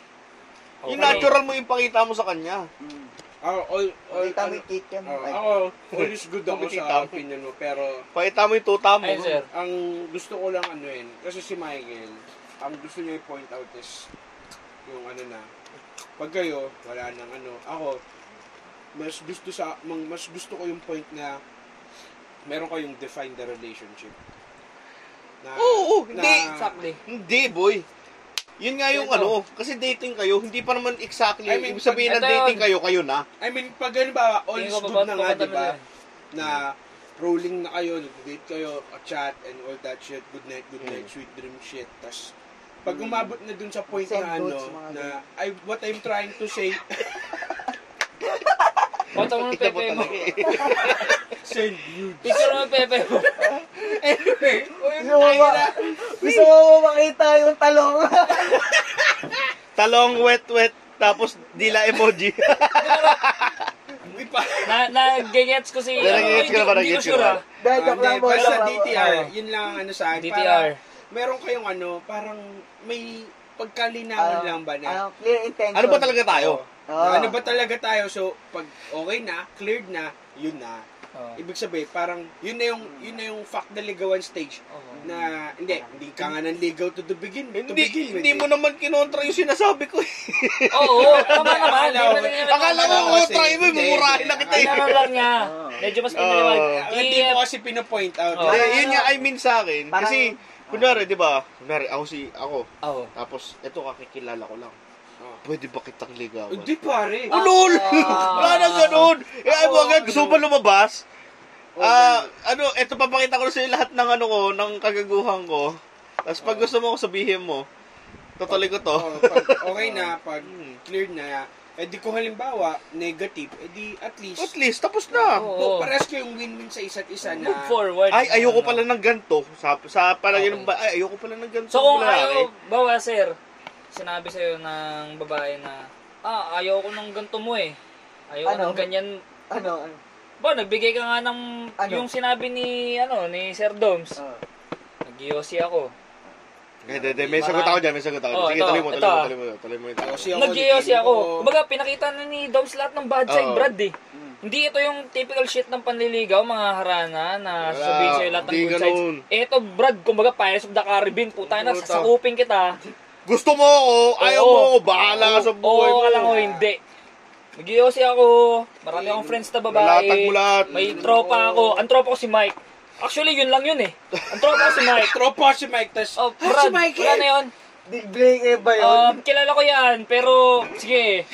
A: Yung
B: Okay.
A: natural mo yung pakita mo sa kanya.
C: Mm.
D: Ako, Ah, all, all,
C: Pakita mo
D: ano-
C: yung kick yan. eh.
D: Oo,
C: Ay,
D: ako, always good ako
A: Kumikita
D: sa
A: ako.
D: opinion mo, pero
A: Pakita mo yung tuta mo.
B: Ayun, sir.
D: ang gusto ko lang ano yun, kasi si Michael, ang gusto niya i-point out is yung ano na, pag kayo, wala nang ano, ako, mas gusto sa, mang- mas gusto ko yung point na meron kayong define the relationship. Na,
A: Oo, oo, hindi.
B: Exactly.
A: Hindi, boy. Yun nga yung
B: Ito.
A: ano, kasi dating kayo, hindi pa naman exactly,
D: I mean,
A: ibig sabihin ng
B: ito yun.
A: dating kayo, kayo na.
D: I mean, pag halimbawa, all
B: Tingin
D: is
B: ko
D: good
B: babat-
D: na nga, di
A: diba?
B: babatalo
D: ba?
B: na.
D: Na rolling na kayo, nag-date kayo, a chat, and all that shit, good night, good night, sweet dream shit. Tapos, pag umabot na dun sa point
C: Send
D: na ano,
C: goods, mga
D: na I, what I'm trying to say,
B: O Photo mo ng
A: Kita mo
B: pepe mo.
A: talaga eh.
D: Send you.
B: Picture mo ng pepe mo.
D: Anyway, uy,
C: Gusto mo ba? Gusto mo ba makita yung talong?
A: Talong wet-wet, tapos dila emoji.
D: hindi pa.
B: Na, na-gets ko si...
A: Na-gets ka na ba?
B: Hindi ko
A: Na-gets ka
B: sure,
A: na ba?
B: ah.
C: Dahil
D: Ah,
C: joke lang
D: hindi,
C: po.
D: Basta
C: joke lang po.
D: DTR,
B: Ah.
D: yun lang ang ano sa akin.
B: DTR.
D: Para, meron kayong ano, parang may pagkalinawan
C: Ah,
D: lang ba na?
C: Ano, clear intention.
A: Ano ba talaga tayo?
D: Na
C: Ah.
D: Ano ba talaga tayo? So, pag okay na, cleared na, yun na.
C: Ah.
B: Oo.
D: Ibig sabihin, parang yun na yung yun na yung fact na ligawan stage na hindi hindi ka nga nanligaw to the begin to
A: Hindi,
D: begin with,
A: hindi
D: eh.
A: mo naman kinontra yung sinasabi ko. eh.
B: Oo, tama naman. Hindi mo
D: Akala ko-
B: rin naman-
A: Akala mo,
D: Kasi-
A: kontra mo,
D: hindi,
A: mumurahin
D: hindi.
A: na kita. eh.
B: Ano lang niya.
C: Oo.
B: Medyo mas
A: Oo.
B: pinaliwag.
D: Ah, Hindi mo kasi pinapoint out.
B: Oo.
A: Hindi,
D: Eh,
A: yun nga,
B: ano.
A: I mean sa akin.
C: Parang-
A: Kasi, kunwari, di ba? Kunwari, ako si, ako.
B: Oo.
A: Tapos, eto kakikilala ko lang.
D: Oh.
A: Pwede ba kitang ligawan?
D: Hindi pare.
A: Ulol!
B: Ah. ano.
A: Wala nang ganun! Eh, ay mo
D: Oo,
A: agad, gusto mo ba lumabas?
B: Oh,
D: Oo,
A: Ah, ano, eto papakita ko na sa'yo lahat ng ano ko, ng kagaguhan ko. Tapos pag gusto mo ko sabihin mo, tutuloy ko to.
D: Oh, pag okay na, pag
A: Hmm.
D: clear na, eh di kung halimbawa, negative, eh di at
B: oh.
D: least,
A: At least, oh. tapos na.
B: Oo.
D: bu- pares kayong win-win sa isa't isa na,
B: Move forward.
A: Ay, ayoko pala ng ganto. Sa, sa parang
B: Okay.
A: yun ba, ay, ayoko pala ng ganto.
B: ano. Oh. So kung
A: lalaki.
B: ayaw, bawa sir, sinabi sa'yo ng babae na, ah, ayaw ko ng ganito mo eh. Ayaw
C: Ano?
B: ko ng ganyan.
C: Ano, ano?
B: Ba, nagbigay ka nga ng
C: Ano?
B: yung sinabi ni, ano, ni Sir Doms.
C: Ah.
B: Nag-yosi ako.
A: Eh, de, de, may sagot ako dyan, may sagot ako.
B: Oh,
A: dyan. Sige,
B: ito,
A: tuloy mo,
B: ito,
A: tuloy mo,
B: ah.
A: tuloy mo, tuloy mo. yung tao.
D: Yosi Oh,
B: Nag-yosi
D: ako, nag-inom
B: ako.
D: ako.
B: Kumbaga, pinakita na ni Doms lahat ng bad side,
A: Oo.
B: Brad eh.
C: mm.
B: Hindi ito yung typical shit ng panliligaw, mga harana, na
A: Wala,
B: sasabihin sa'yo lahat ng
A: hindi
B: good sides.
A: ganun.
B: Ito, Brad, kumbaga, Pirates of the Caribbean, puta na,
A: Puta.
B: sasakupin kita.
A: Gusto mo ako, ayaw
B: Oo.
A: mo ako, bahala ka sa buhay
B: Oo,
A: mo.
B: alam Oh, ko, eh. hindi. nag ako, marami akong friends na babae.
A: Lalatag mo lahat.
B: May tropa ako. Ang tropa ko si Mike. Actually, yun lang yun eh. Ang tropa ko si Mike.
D: Tropa si Mike, tas,
B: Oh,
D: "Ah,
B: Brad,
D: si Mike,
B: wala na yun.
C: Di- Break eh ba yun?
B: Um, kilala ko yan, pero sige,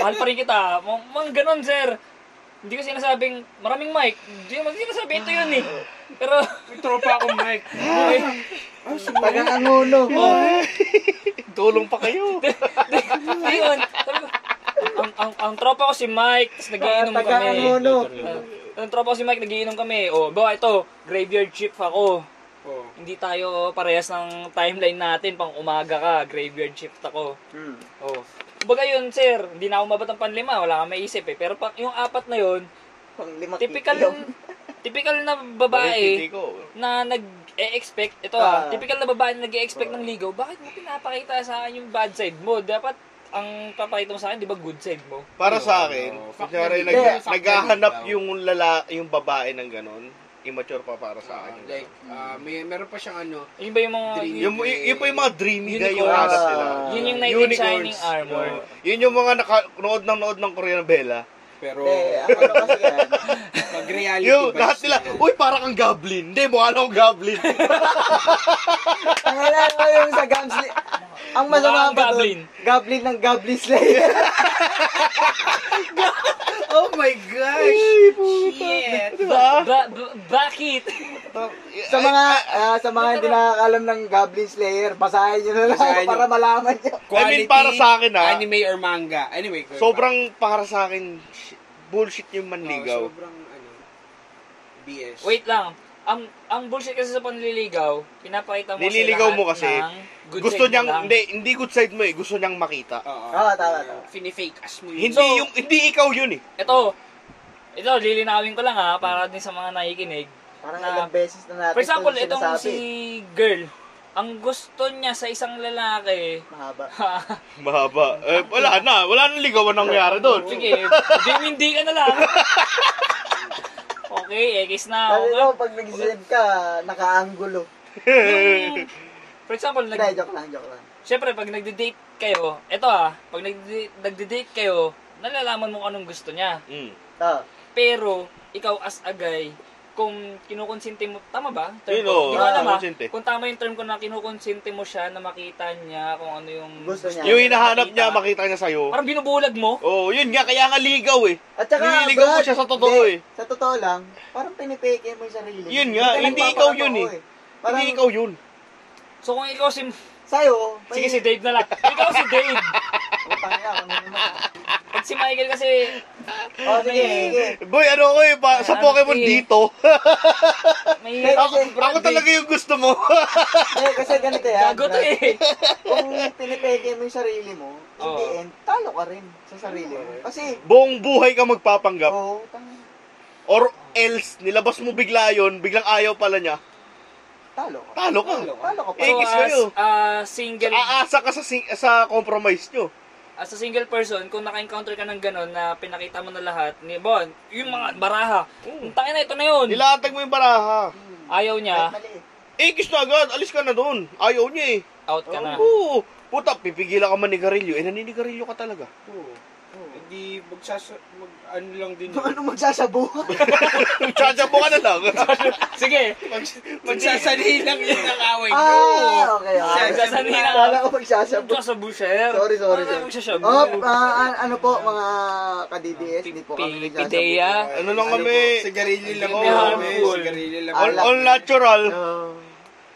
B: mahal pa rin kita. Mga mga ganun, sir. Hindi ko sinasabing, maraming mic. Hindi naman sinasabing ito yun eh. Pero,
D: May tropa ako Mike.
C: Tagang anguno.
A: Tulong pa kayo.
B: Diba hindi yun. Sabi ko, ang, ang, ang tropa ko si Mike, tapos nagiinom
C: Tagang
B: kami.
D: ano,
C: anguno.
B: Uh, ang tropa ko si Mike, nagiinom kami. O, bawa ito, graveyard shift ako.
D: Oh.
B: Hindi tayo parehas ng timeline natin, pang umaga ka, graveyard shift ako.
C: Hmm.
B: Oh. Kumbaga yun, sir, hindi na ako mabot ng panlima, wala kang maisip eh. Pero pang, yung apat na yun,
C: Pang lima
B: typical
C: kikiyom.
B: typical na
A: Hindi
B: babae
A: ko.
B: na nag-expect, ito ah,
C: Ah.
B: typical na babae na nag-expect ng ligaw, bakit mo pinapakita sa akin yung bad side mo? Dapat ang papakita mo sa akin, di ba good side mo?
A: Para
D: Yun,
A: sa akin,
D: oh, fuck
A: kunyari
D: the
A: nag,
D: leader, fuck the
A: naghahanap
D: leader.
A: yung lala, yung babae ng ganun, immature pa para sa akin.
D: like, ah, may, meron pa siyang ano,
B: Yun ba yung mga...
D: Dream.
B: Yun,
A: yung, yung, yung pa yung mga dreamy guy yung
B: Unicorns.
A: hanap nila.
C: Ah,
B: yun yung knight in shining
A: Unicorns.
B: armor.
A: Oo. Yun yung mga naka, nood ng nood ng Korean Bella.
D: pero,
C: Eh, ang ano kasi yan.
D: pag reality
A: ah. Yung
D: bites
A: lahat nila,
D: na-
A: uy, para kang goblin. Hindi, mukha lang akong goblin.
C: Ang alam ko yung sa Gamsley. Ang masama
B: Mukhang
C: ba
B: goblin.
C: doon? Goblin ng Goblin Slayer.
D: Oh my gosh! Shit!
A: diba?
B: Ba- ba- bakit?
C: sa mga ah, sa mga hindi nakakalam ng Goblin Slayer, basahin nyo na lang
D: Basahin nyo.
C: para malaman nyo.
A: I mean, para sa akin, ah.
D: Anime or manga. Anyway, go
A: Sobrang para sa akin, sh- bullshit yung
D: back.
A: manligaw.
D: Oh, sobrang, ano, BS.
B: Wait lang. Ang ang bullshit kasi sa panliligaw, pinapakita mo sa
A: Nililigaw
B: lahat
A: mo kasi,
B: ng good
A: gusto
B: side mo lang.
A: niyang, hindi, hindi good side mo eh, gusto niyang makita.
D: Oo.
C: Oo, tama, tama.
D: Finifake as mo yun.
A: Ah. Hindi
B: So-
A: yung, hindi ikaw yun eh.
B: Ito, ito, lilinawin ko lang ha, para din sa mga nakikinig.
C: Parang
B: Na-
C: ilang beses na natin
B: For example,
C: ito
B: itong
C: sinasabi.
B: si girl, ang gusto niya sa isang lalaki,
C: Mahaba.
A: Mahaba. Eh, wala na, wala nang ligawan nangyari doon.
B: Oh, sige, game hindi ka na lang. Okay, X na.
C: Kasi
B: Okay.
C: no, pag nag-save ka, nakaanggulo.
B: Yung- For example,
C: Hindi,
B: nag,
C: joke lang, joke lang.
B: syempre, pag nagde-date kayo, ito ah, pag nagde- nagde-date kayo, nalalaman mo kung anong gusto niya.
A: Mm.
C: Ah,
B: Pero, ikaw as a guy, kung kinukonsinti mo, tama ba?
A: Yun,
B: ko?
A: oo,
B: Di ko alam ha.
A: kinukonsinti.
B: Kung tama yung term ko na kinukonsinti mo siya na makita niya kung ano yung
C: Gusto niya.
A: Yung hinahanap niya, makita niya sa'yo.
B: Parang binubulag mo.
A: Oo, oh, yun nga, kaya nga ligaw eh.
C: At saka,
A: Nililigaw mo
C: Brad,
A: siya sa totoo
C: hindi,
A: eh.
C: Sa totoo lang, parang pinipeke mo yung sarili. mo.
A: Yun nga,
C: ka
A: hindi ikaw
C: nagpapatotoo
A: yun eh.
C: Parang,
A: Hindi ikaw yun.
B: So kung ikaw si...
C: Sa'yo,
B: Sige si Dave na lang. Ikaw si Dave.
C: Utang yan, ano naman.
B: Pag si Michael kasi,
C: Oh, sige, sige.
A: Boy, ano ko eh, pa, sa
B: Ah,
A: Pokemon
B: sige.
A: dito.
B: may
A: ako, ako talaga yung gusto mo.
C: Eh, kasi ganito yan.
B: gago to eh.
C: Kung pinipeke mo yung sarili mo, in the
A: Oh.
B: Oo.
C: end, talo ka rin sa sarili mo. Kasi,
A: Buong buhay ka magpapanggap.
C: oh, tang-
A: Or else, nilabas mo bigla yon biglang ayaw pala niya.
C: talo ka.
A: Talo ka.
D: Talo
C: Talo ka pa.
A: Eh,
B: So,
A: kiss
B: as
A: kayo.
B: ah, single,
A: Aasa ka sa, sing- sa compromise nyo.
B: as a single person, kung naka-encounter ka ng gano'n na pinakita mo na lahat, ni Bon, yung mga baraha, ang tangin na ito na yun.
A: Nilatag mo yung baraha.
B: Ayaw
C: Kahit
B: niya,
C: maliit.
A: Eh, kiss na agad. Alis ka na doon. Ayaw niya eh.
B: out ka
C: Oh.
B: na.
A: Oo. Puta, pipigilan ka man ni Garillo. Eh, naninigarilyo ka talaga.
D: Oo.
C: Oo.
D: Hindi, magsasa... Mag, ano lang din.
C: Kung Oh. ano magsasabu.
A: Tsatsapo ka na lang.
B: Sige,
D: Magsasalihin lang yun ang away.
C: ah, okay.
B: Ah,
C: okay.
B: sasabihin na.
C: Kala ko magsasabu.
B: Huwag ka sa busher.
C: Sorry, sorry, sorry.
B: Ano siya siya?
C: Oh, ah, an- ano po mga ka-DDS, hindi po kami
B: Pi-
C: nagsasabi.
B: Pidea.
A: ano lang
C: Ano
A: kami?
D: Sigarilyo lang
B: Hindi
D: ako. kami,
B: harmful.
D: Sigarilyo lang
A: All,
D: ako.
C: Alak.
A: all natural.
C: Oh.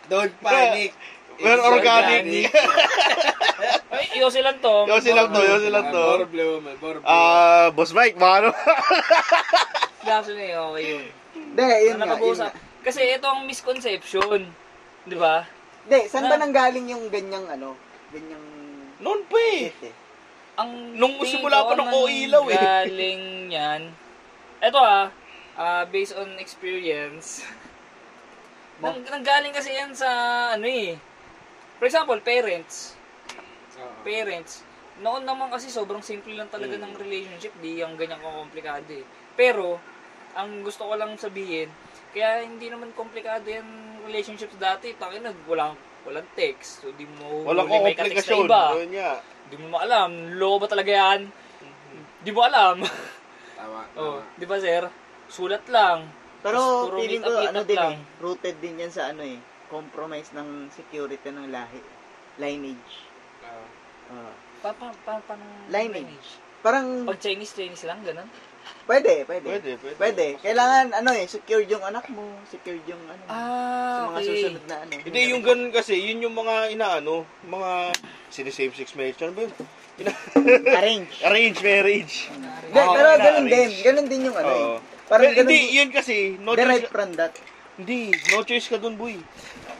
D: Don't panic.
A: We're
D: It's
A: organic.
B: Ay, iyo silang to.
A: Yo silang to, yo silang to.
D: Bor blue, may bor blue.
A: Ah, Boss Mike, mga ano?
B: Gaso na yun, okay yun. Na
C: Hindi, yun nga. yun nga.
B: nakabusa. Kasi ito ang misconception. Di ba?
C: Hindi, saan ba nanggaling yung ganyang ano? Ganyang...
A: Noon pa eh.
C: shit eh?
B: Ang
A: Nung
B: tingin
A: simula
B: ko
A: pa nung Oilaw eh.
B: Galing yan. Ito ah, ah, based on experience. nang, nanggaling kasi yan sa ano eh. For example, parents.
D: Oo.
B: parents, noon naman kasi sobrang simple lang talaga
A: Mm.
B: ng relationship, di yung ganyan komplikado eh. Pero, ang gusto ko lang sabihin, kaya hindi naman komplikado yung relationships dati. Takin nag walang, walang text. So, di mo
A: Walang
B: huli may ka-text na
A: komplikasyon.
B: iba.
A: Yun nga.
B: Di mo maalam. Loko ba talaga yan? Di mo alam.
D: Tama,
B: oh,
D: tama.
B: di ba sir? Sulat lang.
C: Pero
B: Mas puro
C: feeling ko
B: meet-up,
C: ano
B: meet-up
C: din
B: lang.
C: eh, rooted din yan sa ano eh, compromise ng security ng lahi, lineage.
D: Oo.
C: Ah.
B: Pa, pa, pa, pa,
C: Lineage. Parang
B: Pag Chinese, Chinese lang, ganun.
C: pwede, pwede.
A: Pwede, pwede.
C: Pwede. Kailangan ano eh, secured yung anak mo, secured yung ano, sa
B: Ah,
C: mga
B: okay.
C: susunod na ano.
A: Hindi, yung ganun kasi, yun yung mga inaano, mga sinisave six marriage. Ano ba yun?
C: arrange.
A: Arrange marriage.
C: Hindi,
A: Oo,
C: pero
A: arrange.
C: ganun din, ganun din yung ano eh.
A: Oo.
C: Parang
A: Pero
C: ganun
A: hindi,
C: din,
A: yun kasi, no choice,
C: derived from that.
A: hindi, no choice ka dun, boy.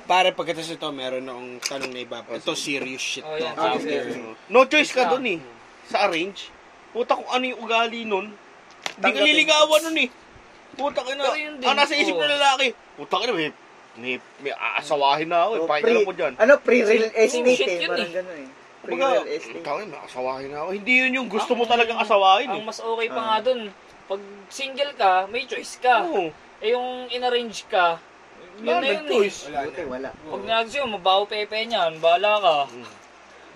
D: Pare, pagkatapos ito, meron akong tanong na iba. Ito, serious shit
B: Oh,
D: to.
B: yan.
D: Ah,
C: Okay.
D: okay.
A: No choice ka dun eh, sa arrange. Puta kung ano yung ugali nun, hindi ka
C: Tanggapin.
A: liligawan nun eh. Puta ka na,
B: Pero yun din,
A: ah, nasa isip
B: oo.
A: ng lalaki. Puta ka na, may, may, may aasawahin na ako eh,
C: Oh,
A: pahinga
C: pre-
A: lang mo dyan.
C: Ano, pre-real estate
B: shit
C: eh,
B: yun
C: parang
B: eh.
C: ganun eh.
A: Kumbaga,
C: Pre-real estate.
A: tangin, may asawahin na ako. Hindi yun yung gusto mo talagang asawahin eh.
B: Ang mas okay pa
C: Ah.
B: nga dun, pag single ka, may choice ka.
A: Oo.
B: Eh yung in-arrange ka, yun
A: Wala,
B: na yun
A: nag-choice.
B: eh.
D: Wala
C: Buti,
D: na.
C: wala.
B: Pag nag-sa'yo, mabaho pepe niyan, bahala ka.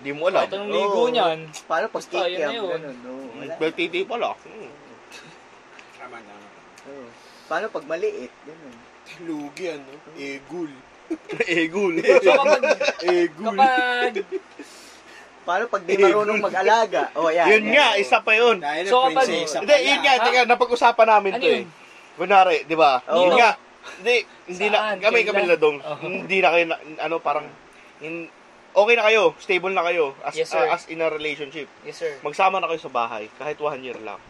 A: Hindi mo alam.
B: Kahit anong ligo
C: Oo.
B: niyan.
C: Paano pag
B: Basta, yun
C: kikiam,
B: na yun.
C: ganun, no, wala.
A: Well, titi pala. Hmm.
D: Tama, tama.
C: Oo. Paano pag maliit, ganun.
D: Lugi, ano? Egul.
A: Egul.
B: So kapag,
D: Egul.
B: kapag,
C: Paano pag di marunong mag-alaga? Oh, O, yan.
A: yun
C: yan.
A: nga, isa pa yun.
D: Dahil
B: So,
D: na
B: kapag-
D: prinsesa
A: Hindi, yun nga, teka, napag-usapan namin
B: Ano
A: to eh.
B: yun?
A: Kunwari, di ba?
C: Oo.
A: Yun nga. Hindi, hindi na,
B: Saan?
A: kami,
B: Kailan?
A: kami na dong.
B: Oo.
A: Hindi na kayo, na, ano, parang, in, okay na kayo, stable na kayo, as,
B: Yes, sir.
A: uh, as in a relationship.
B: yes sir.
A: Magsama na kayo sa bahay, kahit one year lang.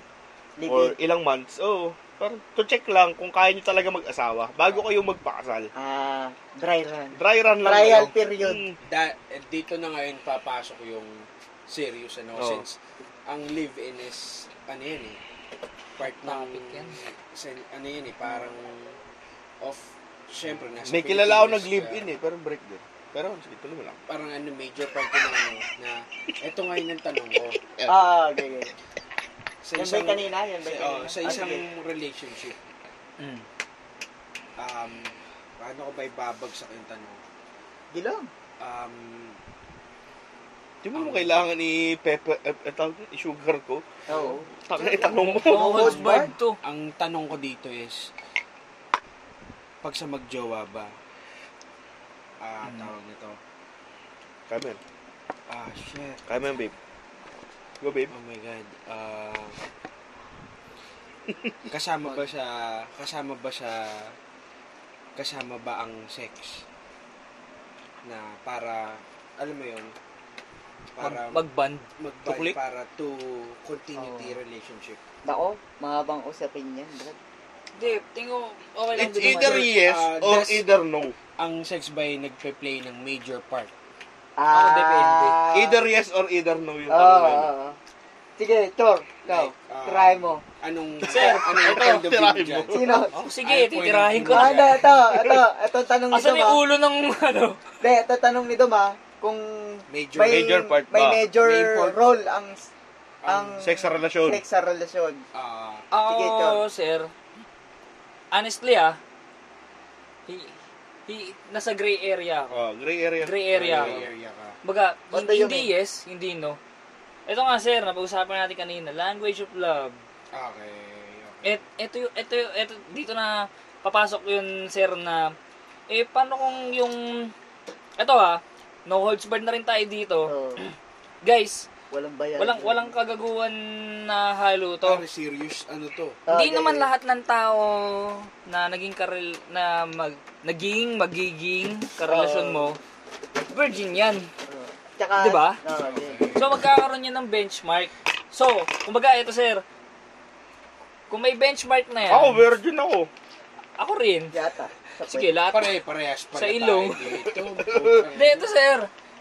C: Live
A: Or
C: in.
A: ilang months, oh, parang to check lang kung kaya nyo talaga mag-asawa bago kayo magpakasal.
C: Ah, dry run.
A: Dry run lang
C: Trial
A: kayo.
C: period.
A: Hmm.
D: Da, eh, dito na ngayon papasok yung serious ano
A: Oo.
D: since ang live-in is ano yan eh part ng
B: Topic yan.
D: sen- ano yan eh parang of syempre nasa
A: May kilala ako
D: Pilipinas,
A: nag-live-in
D: kaya
A: eh, pero break din. Pero, sige, tuloy mo lang.
D: parang ano major part yun ng ano na ito ngayon ang tanong ko
A: Hmm.
C: Ah, okay. okay. Yan
D: sa
C: ba
D: isang
C: yung kanina? Yan ba
D: sa,
C: yung
D: oh,
C: kanina?
D: sa
C: Ah,
D: isang
C: sige.
D: relationship
B: Mm.
D: um paano ko ba ibabagsak yung tanong
C: Gilong.
D: um
A: Di mo naman kailangan eh, i-pepper, i-sugar ko.
C: Oo.
A: Taka, itanong mo.
B: No holds
C: Hold
B: barred to.
D: ang tanong ko dito is pag sa magjowa ba ah tawag nito
A: Kamen.
D: Ah, shit.
A: Kamen, babe. Go, babe.
D: Oh my God. Ah... kasama ba siya, kasama ba siya, kasama ba ang sex? Na para, alam mo yun, para
B: Mag- mag-band.
D: mag
A: Tuklik?
D: para to continue the
C: Oo.
D: relationship.
C: Nako, mahabang usapin yan, brad.
B: Hindi, tingin ko okay lang
A: It's
B: din
A: either
B: naman.
A: yes
D: Ah,
A: or
D: that's-
A: either no.
D: Ang sex by nagpe-play ng major part.
C: Ah,
B: depende.
A: Either yes or either no yung
B: Ah,
C: Oo, oo,
A: tanong.
C: oo. Sige, Tor, ikaw,
D: Like, ah,
C: try mo.
D: Anong
B: Sir,
D: anong
A: ito,
D: point of view
A: tirahin
D: dyan?
A: mo.
C: Sino?
B: Oh,
D: Ay,
B: sige,
D: point
B: titirahin
D: of
B: ko
D: view.
C: Ah,
B: na.
C: hindi, ito, ito, ito tanong ni
B: Asan
C: Duma.
B: yung ulo ng ano?
C: Hindi, ito tanong ni Duma, kung
D: Major
C: may,
A: Major part
C: may
A: ba?
C: major
D: Main part?
C: role ang ang
A: Sex sa relasyon.
C: sex sa relasyon.
D: ah,
C: Sige, ikaw.
B: Oo, sir. Honestly ah, he, he, nasa gray area ako.
A: Oh, gray area.
B: Gray area ako.
D: may area ka.
B: Baga,
C: What do
B: hindi,
C: you
B: hindi
C: mean?
B: yes, hindi no. Ito nga sir, napag-usapan natin kanina, language of love.
D: Ah, Okay. okay.
B: Et, eto yung, eto yung, eto, dito na papasok yun sir na, eh paano kung yung, eto ha, no holds barred na rin tayo dito.
C: So,
B: Guys,
C: walang bayad.
B: walang walang kagaguhan na halo to.
D: Pare, serious ano to?
C: Ah,
B: Hindi
C: ganyan.
B: naman lahat ng tao na naging karel na mag naging magiging karelasyon mo virgin yan.
C: Oo. Oh, Tsaka, Ah,
B: Di ba?
C: Oo, yun.
B: So magkakaroon yan ng benchmark. So, kumbaga ito sir. Kung may benchmark na yan,
A: Ako, virgin ako.
B: ako rin.
C: Yata. Sa
B: Sige, lahat.
D: Pare, parehas pala
B: Sa ilong.
D: tayo dito.
B: Hindi, ito sir.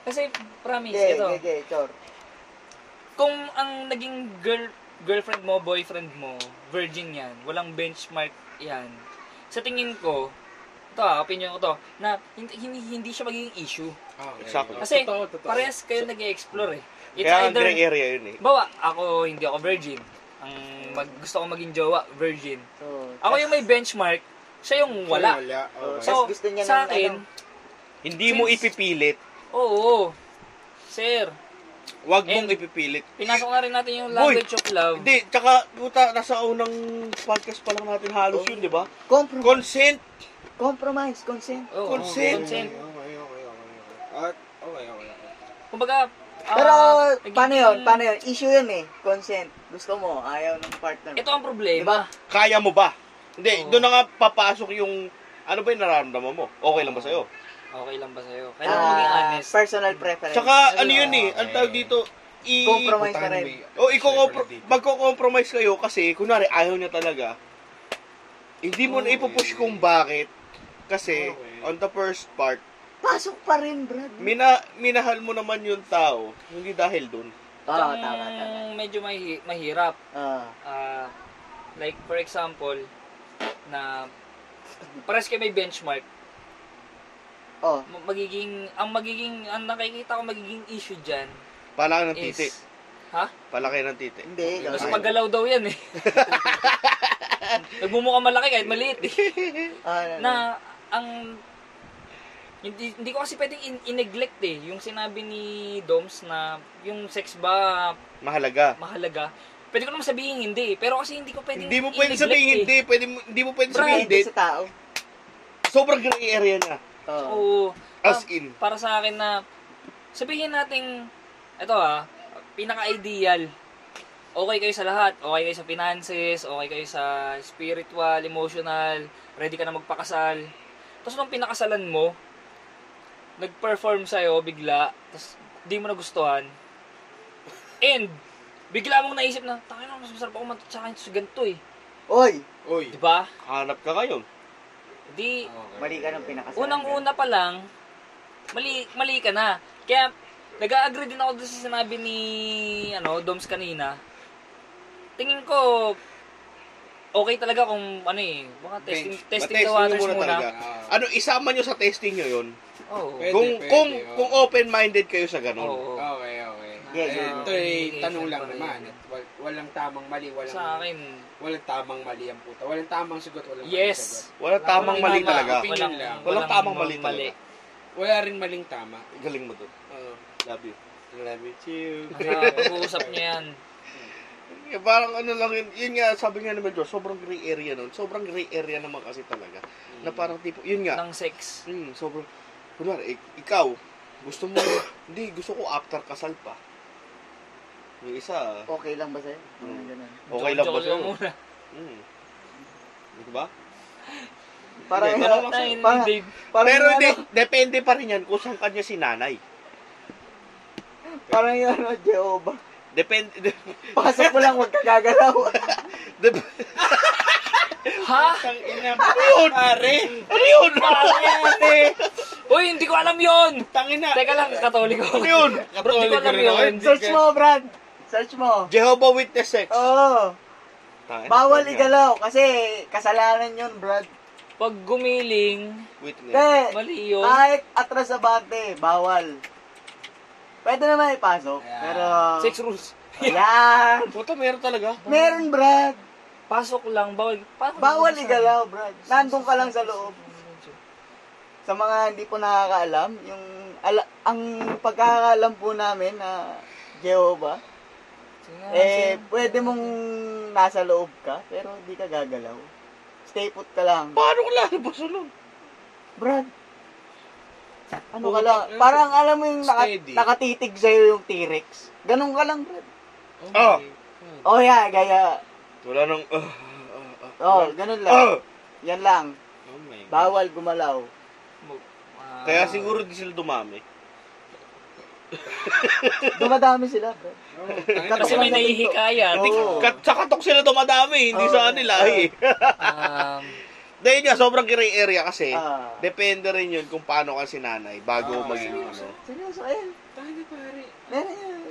B: Kasi promise,
C: Sige,
B: ito.
C: sige, Tor.
B: Kung ang naging girl girlfriend mo, boyfriend mo, virgin yan, walang benchmark yan. Sa tingin ko, ito ah, opinion ko to, na hindi, hindi, hindi siya magiging issue.
D: Okay.
A: Exactly.
B: Kasi
D: Ah, Totoo, totoo.
B: parehas kayo nag-explore eh. It's
A: Kaya
B: either,
A: gray area yun eh.
B: bawa, ako hindi ako virgin. Ang mag, gusto ko maging jowa, virgin.
C: So,
B: Ako yung may benchmark, siya yung
D: Wala.
B: wala.
D: Okay.
C: tas
B: So,
C: gusto niya ng
B: sa akin,
A: Hindi mo
B: Since-
A: ipipilit.
B: oo, sir,
A: Huwag mong
B: And-
A: ipipilit.
B: pinasok na rin natin yung
A: Boy,
B: language of love.
A: Hindi, tsaka, puta, nasa unang podcast pa lang natin halos yun, di ba?
C: Comprom-
A: Consent.
C: compromise, consent.
B: Oo,
A: consent.
B: consent.
D: Okay, okay, okay, okay. At, okay, okay, okay.
B: Kumbaga, ah,
C: Pero,
B: nagiging-
C: paano yun? Paano yun? Issue yun eh. Consent. Gusto mo, ayaw ng partner.
B: Ito ang
C: Diba?
B: problema.
A: Kaya mo ba? Hindi,
B: Oo.
A: doon na nga papasok yung, ano ba yung nararamdaman mo? Okay lang ba sa'yo?
B: Okay lang ba sa'yo? Kailangan mo maging
C: Ah,
B: honest. Mm.
C: personal preference.
A: Tsaka,
B: Ayun.
A: ano yun eh, ang tawag dito, i-
C: Compromise.
D: Puta,
C: pa rin.
D: may-
A: O, iko-compro-
D: Dito.
A: magko-compromise kayo kasi, kunwari, ayaw niya talaga. Hindi mo na
D: Okay.
A: ipupush kung bakit. Kasi,
D: Okay.
A: on the first part,
C: Pasok pa rin, Brad.
A: mina minahal mo naman yung tao, hindi dahil doon.
B: Ito
C: Oo,
B: ang
C: tama, tama.
B: medyo mahi- mahirap.
C: Ah,
B: Ah, like, for example, na pares kayo may benchmark.
C: oh,
B: Ma- Magiging, ang magiging, ang nakikita ko magiging issue dyan
A: Palaki ng
B: is,
A: titi.
B: ha?
A: Palaki ng titi.
C: hindi.
B: Mas
C: ganun.
B: paggalaw daw yan eh. Nagmumukhang malaki kahit maliit eh.
C: Ah, ano,
B: na ang hindi, hindi ko kasi pwedeng in- i-neglect eh. Yung sinabi ni Doms na yung sex ba
A: Mahalaga.
B: mahalaga. Pwede ko naman sabihin hindi eh. Pero kasi hindi ko pwedeng
A: Hindi mo pwede
B: i-neglect
A: sabihin
B: eh.
A: hindi, pwede mo- hindi mo pwede
B: Bro,
A: sabihin
C: Depende
A: hindi.
C: sa tao. Oh.
A: Sobrang gray area niya.
C: Oo.
B: Oo.
A: As
B: Ah,
A: in.
B: para sa akin na sabihin nating ito ah, pinaka-ideal. Okay kayo sa lahat. Okay kayo sa finances, okay kayo sa spiritual, emotional, ready ka na magpakasal. Tapos nung pinakasalan mo, nag-perform sa'yo bigla, tapos di mo nagustuhan. And, bigla mong naisip na, tangin na, mas masarap ako matot sa akin sa ganito eh.
C: Oy,
D: Oy.
B: Di ba?
A: Hanap ka ngayon.
B: Di,
D: Okay.
C: mali ka ng pinakasalan.
B: Unang-una pa lang, mali, mali ka na. Kaya, nag-agree din ako doon sa sinabi ni, ano, Doms kanina. Tingin ko, okay talaga kung, ano eh, baka testing,
D: Bench.
B: testing
A: Ba,
B: the
A: testing
B: waters
A: muna
B: muna.
A: talaga.
D: Ah.
A: Ano, isama nyo sa testing nyo yun.
B: Oo.
D: Pwede,
A: kung
D: pwede,
A: kung
D: oo.
A: kung open-minded kayo sa ganun.
B: Oo.
D: Okay, okay.
C: Yeah,
D: Eh,
C: yeah.
D: Ito ay
B: Communication
D: tanong lang
B: pa rin.
D: naman. At wal- walang tamang mali,
A: Ah,
D: walang
B: Sa akin,
D: walang tamang mali ang puta. Walang tamang sagot, walang maling
B: yes.
D: sagot.
A: Wala tamang
B: Walang
A: mali
B: tama.
A: talaga.
D: Opinion
B: Walang,
D: lang.
A: Walang tamang mali
D: Wala rin maling tama.
A: Galing mo to.
D: Oo.
A: Love you.
D: Love you too.
B: Kaya, pag-uusap niya yan.
A: Eh, parang ano lang yun, yun nga, sabi nga naman Josh, sobrang gray area nun. Sobrang gray area naman kasi talaga. Na
D: Mm.
A: parang tipo, yun nga,
B: ng sex.
A: Hmm, sobrang, kunwari, ik- ikaw, gusto mo, hindi, gusto ko after kasal pa. Yung isa,
C: Okay lang ba sa'yo?
B: Hmm.
C: Mga
A: Mm.
C: ganun.
A: okay lang ba
B: Oh, Joke-joke
A: sa'yo?
B: muna.
A: Hmm. Diba?
C: Parang,
A: Hindi, tanong lang
B: Ay,
A: sa'yo.
C: parang,
B: babe.
C: parang,
A: Pero
C: ano,
A: hindi, depende pa rin yan kung saan kanya sinanay.
C: Parang yun, ano, Jehovah.
A: Depende.
C: Pasok mo lang, huwag kagagalaw.
A: Dep-
B: Ha?
D: Tang ina. Yun! Pare!
A: ano yun?
B: Pare! Uy, hindi ko alam yon.
D: Tang ina.
B: Teka lang, katoliko.
A: Ano yun?
B: Bro, hindi ko alam yun.
C: Search mo, Brad. Search mo.
A: Jehovah Witness sex.
C: Oo. Oh,
B: Ano
C: bawal igalaw kasi kasalanan yun, Brad.
B: Pag gumiling,
A: Witness.
C: Te,
B: mali yun.
C: kahit atras abante, bawal. Pwede naman ipasok.
D: Ayan.
C: Pero,
B: Sex rules.
C: Ayan.
A: Puta, meron talaga.
C: Meron, Brad.
B: Pasok lang, bawal. Pasok
C: Bawal igalaw, Brad. Nandun ka lang sa loob. Sa mga hindi po nakakaalam, yung ala- ang pagkakaalam po namin na Jehovah,
B: Ah,
C: eh, pwede mong nasa loob ka, pero hindi ka gagalaw. Stay put ka lang.
A: Paano ko lalabas nun?
C: Brad, ano ka lang? Parang alam mo yung naka,
D: Steady.
C: nakatitig sa'yo yung T-Rex. Ganun ka lang, Brad.
A: Ah!
C: Oh, yeah, gaya.
A: Wala nang... ah,
C: Oh, ganun lang.
A: ah.
C: Yan lang.
D: Oh my God.
C: Bawal gumalaw.
A: Kaya siguro di sila dumami.
C: Dumadami sila, Brad.
D: Oh, tang ina.
B: Kasi may
C: Kapag-
B: nahihikayat.
C: Oo.
A: Kat, sa katok sila dumadami, hindi
C: Oo.
A: sa nila eh.
B: Um,
A: Dahil nga, sobrang gray area kasi,
C: Ah.
A: depende rin yun kung paano ka sinanay bago
D: Ah,
A: maging
D: yeah.
A: ano.
C: Seryoso, ayan.
D: Tang ina, pare.
C: Meron yan.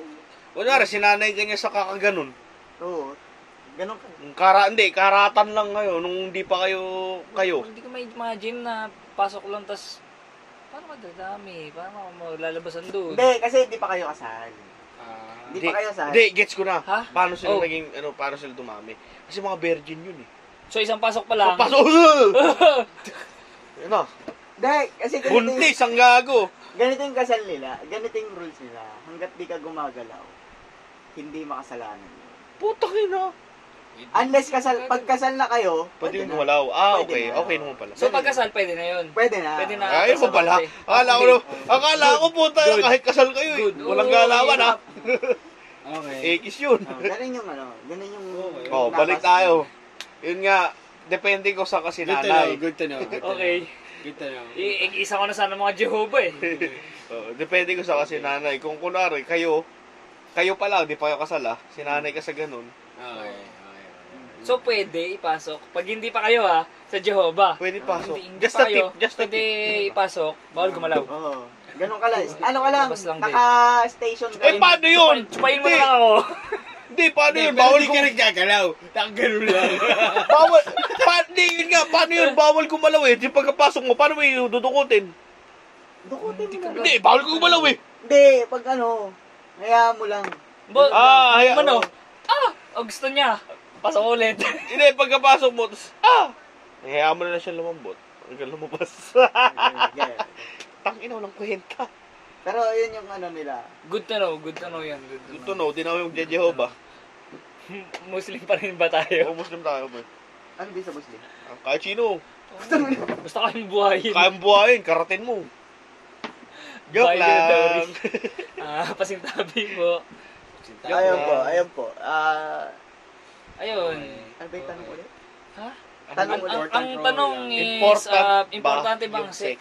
A: Kunwari, sinanay ka niya sa kakaganon.
C: Oo. Ganun ka.
A: Kara, hindi, karatan lang kayo nung hindi pa kayo, kayo.
B: Hindi ko ma-imagine na pasok lang, tas paano ka dadami? Paano ka maglalabasan doon?
C: Hindi, kasi hindi pa kayo kasal.
D: Ah.
C: Hindi pa kayo kasal.
A: Hindi, gets ko na.
B: Ha?
A: Paano sila
B: Oh.
A: naging, ano, paano sila dumami. Kasi mga virgin yun eh.
B: So isang pasok pa lang.
A: Paso, uh! ano,
C: Hindi, kasi ganito yung,
A: buntis ang gago.
C: ganito yung kasal nila. Ganito yung rules nila. Hanggat di ka gumagalaw, hindi makasalanan. yun.
A: Putang ina.
C: Unless kasal, pag kasal na kayo,
A: Pwede
C: pwede,
A: yung
C: na.
A: gumalaw. Ah,
C: Pwede
A: okay.
C: na.
A: Okay naman pala.
B: So pagkasal, pwede na yun.
C: Pwede na.
B: Pwede na.
A: Ay, ko pala.
B: Kasal pala.
A: Akala ko, akala ko puta,
D: Good.
A: kahit kasal kayo eh.
D: Good.
A: Walang
B: Oo,
A: galawan ah. Eh,
D: Okay.
A: kiss yun.
C: Oh, ganun yung ano, ganun yung...
D: Okay.
C: yung
A: Oh, balik
C: napas-
A: tayo. Yun nga, depende ko sa
D: Good to know.
A: kasinanay.
D: Good to know. good to know.
B: Okay. Eh,
D: Good to know.
B: I- i- isa ko na sana mga Jehovah eh.
A: Oh, depende ko sa kasinanay. Kung kunwari, kayo, kayo pa lang, di pa kayo kasal ah. Sinanay ka sa ganun.
D: Okay. okay, okay.
B: So pwede ipasok. Pag hindi pa kayo ha, sa Jehovah.
A: Pwede pasok.
B: Hindi, hindi
A: Just a
B: pa kayo.
A: tip, just a
B: Pwede
A: tip. Ah.
B: ipasok. Bawal gumalaw.
C: Oo. Ganun ka lang. Ano ka lang,
B: Labas lang din.
C: naka-station ka
A: Eh,
C: rin.
A: paano yun?
B: Chupain mo
A: Hindi.
B: na lang ako.
A: Hindi, paano
D: Hindi,
A: yun?
D: pero
A: Bawal
D: di
A: ko.
D: ka nagkagalaw. Tang ganun lang.
A: Bawal. Pa, hindi, yun nga. Paano yun? Bawal gumalaw eh. Di pagkapasok mo, paano mo idudukutin?
C: Dukutin mo lang.
A: Hindi, bawal gumalaw eh.
C: Hindi, pag ano, hayaan mo lang.
B: Bo-
A: Ah, haya-
B: Mano? Ah! Oh, gusto niya. Pasok ulit.
A: Hindi, pagkapasok mo, tapos, ah! Hayaan mo na lang siya lumambot. Huwag kang lumabas.
C: Yeah.
A: Tangina, walang kwenta.
C: Pero yun yung ano nila.
B: good to know. Good to know yan. Good to
A: Ito
B: know.
A: no, di na ako yung Jehovah.
B: Muslim pa rin ba tayo?
A: Oo, Muslim tayo, boy.
C: Ano din sa Muslim?
A: Ang Kahit sino,
B: Basta kayong buhayin.
A: kayang buhayin, karatin mo. Joke
B: Buhayin yung dowry.
A: lang.
B: Ah, pasintabi mo.
C: Ayun
A: lang.
C: po, ayun po. Ah,
B: Ayun.
C: ano ba yung tanong ulit?
B: Ha? Ang,
C: Tanong ulit.
B: ang, ang tanong is,
A: Important
B: ah,
A: ba
B: importante bang
A: yung
B: sex?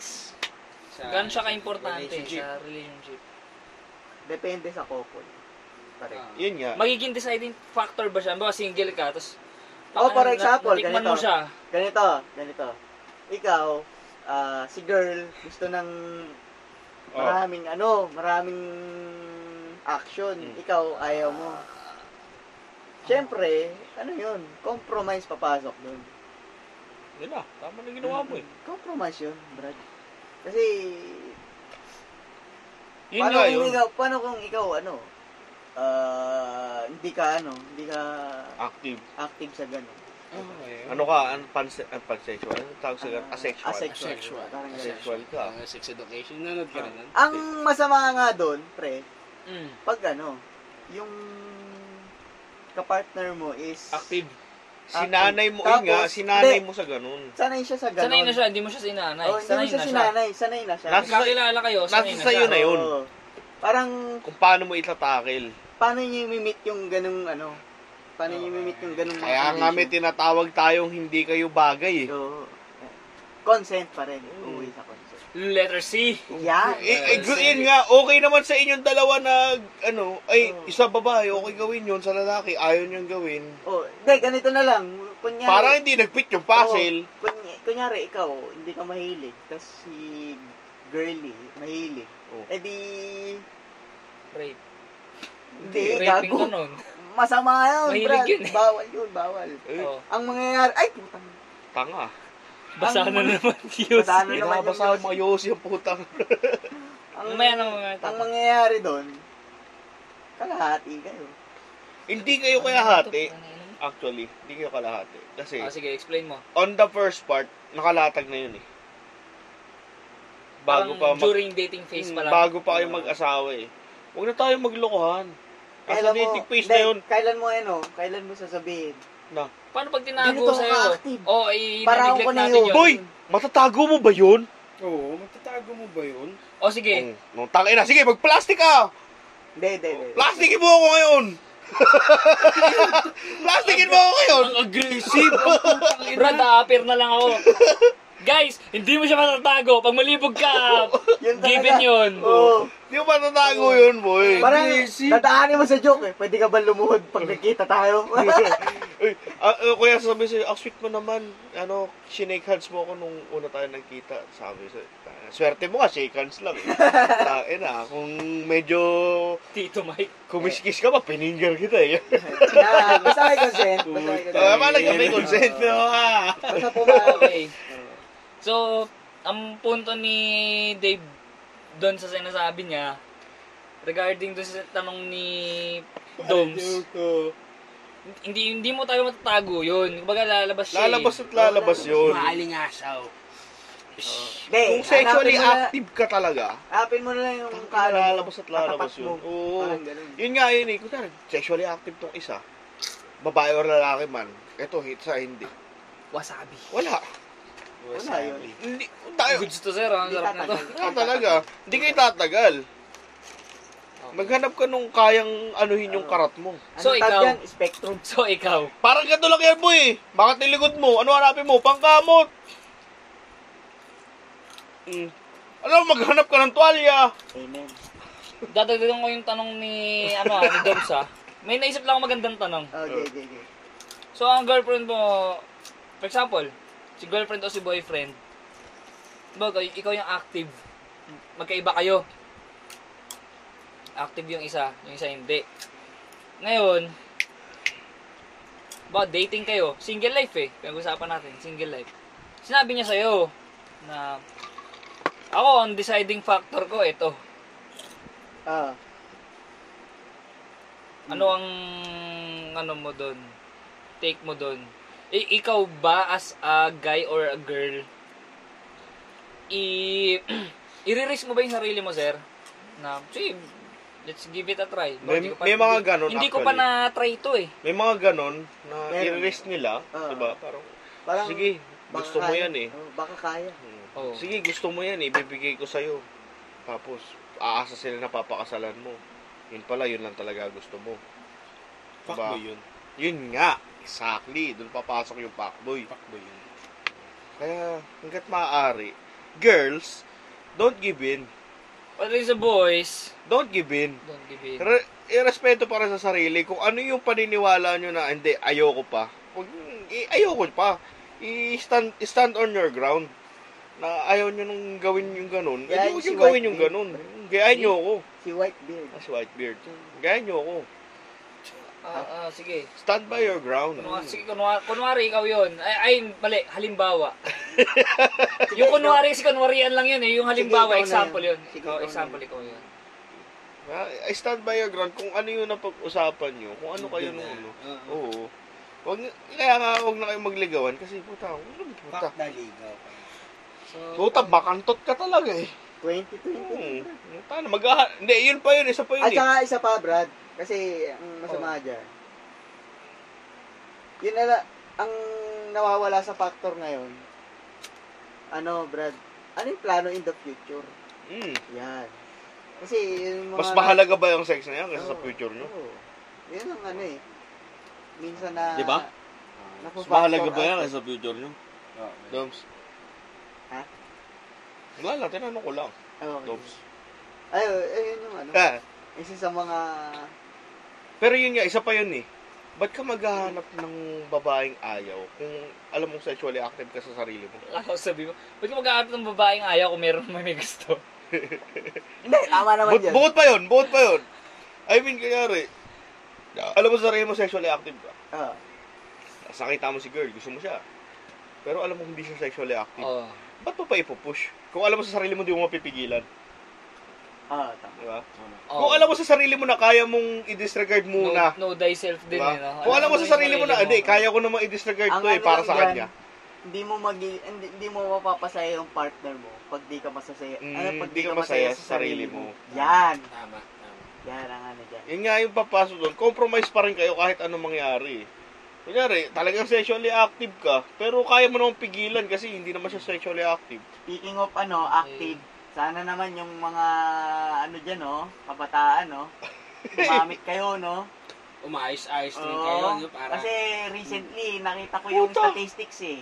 B: Gano'n siya ka-importante sa relationship?
C: Depende sa couple. Pare.
D: Ah.
A: Yun nga.
B: Magiging deciding factor ba siya? Bawa single ka, tapos...
C: Oh, for example,
B: natikman
C: ganito.
B: mo siya.
C: Ganito, ganito. Ikaw, ah, si girl, gusto ng
A: Oh.
C: maraming ano, maraming action.
A: Hmm.
C: Ikaw, ayaw mo. Siyempre, ano yun? Compromise papasok dun. Hmm.
A: Yun na, tama na ginawa mo eh.
C: Compromise yun, Brad. Kasi,
A: Yun
C: paano
A: nga
C: kung
A: yun.
C: ikaw, paano kung ikaw, ano, ah, hindi ka, ano, hindi ka
A: Active.
C: active sa ganun.
A: Ano ka, an panse an pansexual? Ano tawag sa ganun?
C: Ah,
A: Asexual.
C: asexual.
D: Sexual. Ah,
C: Parang Ah. ganun.
A: Asexual ka.
D: Sex education. Nanood ka rin. nun?
C: Ang masama nga doon, pre,
B: Mm.
C: pag ano, yung kapartner mo is
D: Active.
A: Sinanay mo, yun nga,
C: Tapos,
A: sinanay
C: hindi.
A: mo sa ganun.
C: Sanay siya sa ganun.
B: Sanay na siya, hindi mo siya sinanay.
C: Oh, hindi mo
B: sanay
C: siya
B: na siya.
C: sinanay, sanay na siya.
A: Nasa-
B: Kakilala kayo, sanay
A: nasa
B: na
A: sa'yo
B: siyo
A: na yun.
C: Oo. Parang,
A: Kung paano mo itatakil.
C: paano niya i-meet yung ganung ano? Paano niya i-meet yung ganung mga
A: Kaya nga may
C: condition?
A: tinatawag tayong hindi kayo bagay eh.
B: Mm.
C: Oo. Consent pa rin. Uwi sa na concern.
B: Letter C.
C: Yeah.
A: Eh, eh, gu- yun nga, okay naman sa inyong dalawa na, ano, ay,
C: Oh.
A: isa babae, okay gawin yun, sa lalaki, ayaw niyang gawin.
C: Oh, hindi, ganito na lang. Kunyari,
A: Parang eh. hindi nag-fit yung puzzle.
C: Oo, kuny- kunyari, ikaw, hindi ka mahilig. Tapos si girly, mahilig.
A: Oh.
C: Eh di,
B: Rape.
C: hindi,
B: Raping to
C: gago.
B: nun.
C: Masama yun,
B: Mahilig
C: Brad.
B: yun eh.
C: Bawal yun, bawal.
A: Eh,
B: Oo.
C: Ang mangyayari, ay, putang.
A: tanga.
B: Basa
C: Ang
B: na
C: mga-
B: naman yun.
C: Basa na- Ano naman
A: Pinabasa
C: yung
A: mga Yossi ang putang.
C: Ang,
B: Mamaya na, mamaya,
C: ang
B: tapos.
C: mangyayari doon, kalahati kayo.
A: hindi kayo
C: Ano
A: kalahati. Actually, hindi kayo kalahati. Kasi,
B: Ah, sige, explain mo.
A: on the first part, nakalatag na yun eh. Bago pa
B: Parang
A: mag-
B: during dating phase pa lang.
A: bago pa kayo mag-asawa eh. Huwag na tayo maglokohan. Kasi
C: Kailan mo-
A: dating phase na
C: hindi,
A: yun.
C: Kailan mo, ano, kailan mo sasabihin?
A: Na.
B: Paano pag
C: Hindi
B: tinago
C: na to
B: sa'yo?
C: ka-active.
B: Oo, oh, i
C: Parang
B: neglect
C: ako na
B: natin
C: yun.
B: yun.
A: Boy! Matatago mo ba yun? Mm.
D: Oo, matatago mo ba yun?
B: O sige,
A: Okay. Nung tangin na, sige, mag-plastic ka!
C: Hindi, hindi, hindi.
A: Plastikin mo ako ngayon! Plastikin mo ako ngayon!
B: ang aggressive. Brad, appear na lang ako. Guys, hindi mo siya matatago. Pag malibog ka,
C: Yun talaga.
B: given yun.
C: Oo.
A: Hindi mo matatago yun, boy.
C: Parang,
D: Aggressive.
C: dadaanin mo sa joke eh. Pwede ka ba lumuhod pag nakita tayo?
A: Uy, ah, ah, kuya sabi sa'yo, ang sweet mo naman. Ano, shinake hands mo ako nung una tayo nagkita. Sabi sa'yo, "Tangina, swerte mo ka, shake hands lang. Eh. Tain na, kung medyo
B: Tito Mike.
A: kumiskis ka pa, pininger kita eh.
C: Na, basta may consent. Basta may
A: Tama
C: consent.
A: ba, nagkabay consent na ha?
C: Basta pumawi.
B: Okay. So, ang punto ni Dave doon sa sinasabi niya, regarding doon sa tanong ni Doms, hindi hindi mo tayo matatago yun. Kumbaga lalabas siya. eh.
A: Lalabas at lalabas yun.
D: Maalingasaw.
C: Hindi,
A: Kung sexually
C: hanapin mo na-
A: active ka talaga,
C: Hanapin mo na lang yung kala mo,
A: lalabas at lalabas yun.
C: katapat mo.
A: Oo.
C: Parang ganun.
A: Yun nga yun eh. Kunwari, sexually active tong isa. Babae or lalaki man. Ito, hit sa hindi.
B: eh. Wasabi.
A: Wala.
C: Wala yun.
A: Hindi, tayo.
B: Goods to sir, ah. ang
C: Hindi
B: sarap na to.
C: tatagal.
A: Wala talaga. Hindi kayo tatagal. Maghanap ka nung kayang anuhin yung karat mo.
C: Ano
B: So,
C: tawag
B: ikaw?
C: yan? Spectrum.
B: So, ikaw.
A: Parang ganito lang yan, boy. Bakit niligod mo? Ano hanapin mo? Pangkamot. Mm. Alam, mo, maghanap ka ng tuwalya.
C: Amen.
B: Dadagdagan ko yung tanong ni, ano, ah, ni Doms ah. May naisip lang ako magandang tanong.
C: Oh,
A: Oh.
C: Okay, okay, okay.
B: So, ang girlfriend mo, for example, si girlfriend o si boyfriend, bago, ikaw yung active. Magkaiba kayo. Active yung isa, yung isa hindi. Ngayon, ba dating kayo, single life eh. Pinag-usapan natin, single life. Sinabi niya sa'yo na ako, ang deciding factor ko, ito.
C: Ah,
B: Ano ang ano mo doon? Take mo doon. I- ikaw ba as a guy or a girl? I i-risk mo ba 'yung sarili mo, sir? Na, sige, let's give it a try. Baka
A: May-
B: di ko
A: may mga
B: hindi-
A: ganun,
B: Hindi ko pa
A: actually.
B: na-try to eh.
A: May mga ganon na
C: Meron.
A: i-risk nila.
C: Ah.
A: diba? Parang,
C: parang,
A: sige,
C: baka
A: gusto mo
C: kaya.
A: yan eh.
C: Oh, baka kaya.
A: Hmm.
B: Oo.
A: Sige, gusto mo yan, ibibigay ko sa'yo. Tapos, aasa sila na papakasalan mo. Yun pala, yun lang talaga gusto mo. Diba?
D: Fuckboy yun.
A: Yun nga, exactly. Doon papasok yung fuckboy.
D: Fuckboy yun.
A: Kaya, hanggat maaari, girls, don't give in.
B: But as a boys,
A: Don't give in.
B: don't give in.
A: Re- irespeto para sa sarili. Kung ano yung paniniwala nyo na, hindi, ayoko pa. Huwag, i- ayoko pa. I-stand, stand on your ground. Na ayaw nyo nung gawin yung ganun. Yeah,
C: Yeah,
A: ayaw
C: si
A: nyo gawin
C: Whitebeard.
A: yung ganun. Gayaan nyo ako.
C: Si Whitebeard.
A: That's Whitebeard. Gayaan nyo ako.
B: Ah, ah, sige.
A: Stand by your ground.
B: Kunwari, sige, kunwari, kunwari ikaw yun. Ay, ay, mali, halimbawa.
C: Sige,
B: yung
C: ikaw-
B: kunwari, kasi kunwarian lang yun eh. Yung halimbawa,
C: ikaw na
B: example
C: yun.
B: yun.
C: Sige,
B: Ikaw,
C: ikaw na
B: example,
C: yun.
B: ikaw yun.
A: Ah, I stand by your ground kung ano yung napag-usapan nyo, kung ano kayo nung ano.
D: Oo.
A: Oo. Wag, kaya nga, huwag na kayong magligawan kasi puta, huwag puta.
D: Fuck na ligaw.
B: So,
A: Puta, bakantot ka talaga eh. Hmm.
C: 2020.
A: Puta na, mag Hindi, yun pa yun, isa pa yun
C: At
A: eh. Oh.
C: saka isa pa, Brad, kasi ang masama dyan, yun na, la- ang nawawala sa factor ngayon, ano, Brad, ano yung plano in the future?
A: Hmm.
C: Yan. Kasi yung mga...
A: Mas mahalaga ba yung sex na yan kaysa sa
C: Oo,
A: future nyo?
C: oo. Yun ang ano eh. Minsan na... Ah,
A: Di ba?
C: Napo-
A: Mas mahalaga ba yan kaysa sa future nyo?
D: Oo.
A: Doms?
C: Ha?
A: Wala, tinanong ko lang.
C: Okay.
A: Dobbs.
C: Ay, ayun yung ano.
A: Ah,
C: Isa sa mga...
A: pero yun nga, isa pa yun eh. Ba't ka maghahanap ng babaeng ayaw kung alam mong sexually active ka sa sarili mo?
B: Ako sabi mo, ba't ka mag ng babaeng ayaw kung meron may may gusto?
C: Hindi, tama naman
A: But,
C: yan.
A: buot pa yun, buot pa yun. I mean, kanyari, alam mo sa sarili mo sexually active ka.
C: Ah,
A: Nakita mo si girl, gusto mo siya. Pero alam mo hindi siya sexually active.
B: Oo.
A: Ba't mo pa ipopush? Kung alam mo sa sarili mo, di mo mapipigilan.
C: ah, tama.
A: Di ba?
B: Oo.
A: Kung alam mo sa sarili mo na kaya mong i-disregard
B: oh. no,
A: muna.
B: no thyself din,
A: Diba?
B: eh, no?
A: Kung alam mo sa sarili mo na, hindi, kaya ko naman i-disregard to eh,
C: ano
A: para
C: lang
A: sa
C: yan,
A: kanya.
C: Hindi mo magi hindi, hindi mo mapapasaya yung partner mo pag di ka masasaya.
A: Mm,
C: ano, pag
A: di ka masaya sa sarili mo.
C: Yan.
D: Tama, tama.
C: Yan ang ano dyan.
A: Yun nga yung papasok doon, compromise pa rin kayo kahit anong mangyari. Kunyari, talagang sexually active ka, pero kaya mo naman pigilan kasi hindi naman siya sexually active.
C: Speaking of ano, active,
D: Mm.
C: sana naman yung mga ano dyan, no, kabataan, no, gumamit kayo, no.
D: Umayos-ayos din
C: Oo.
D: kayo, no? Para,
C: Kasi recently, nakita ko yung
A: Puta.
C: statistics, eh.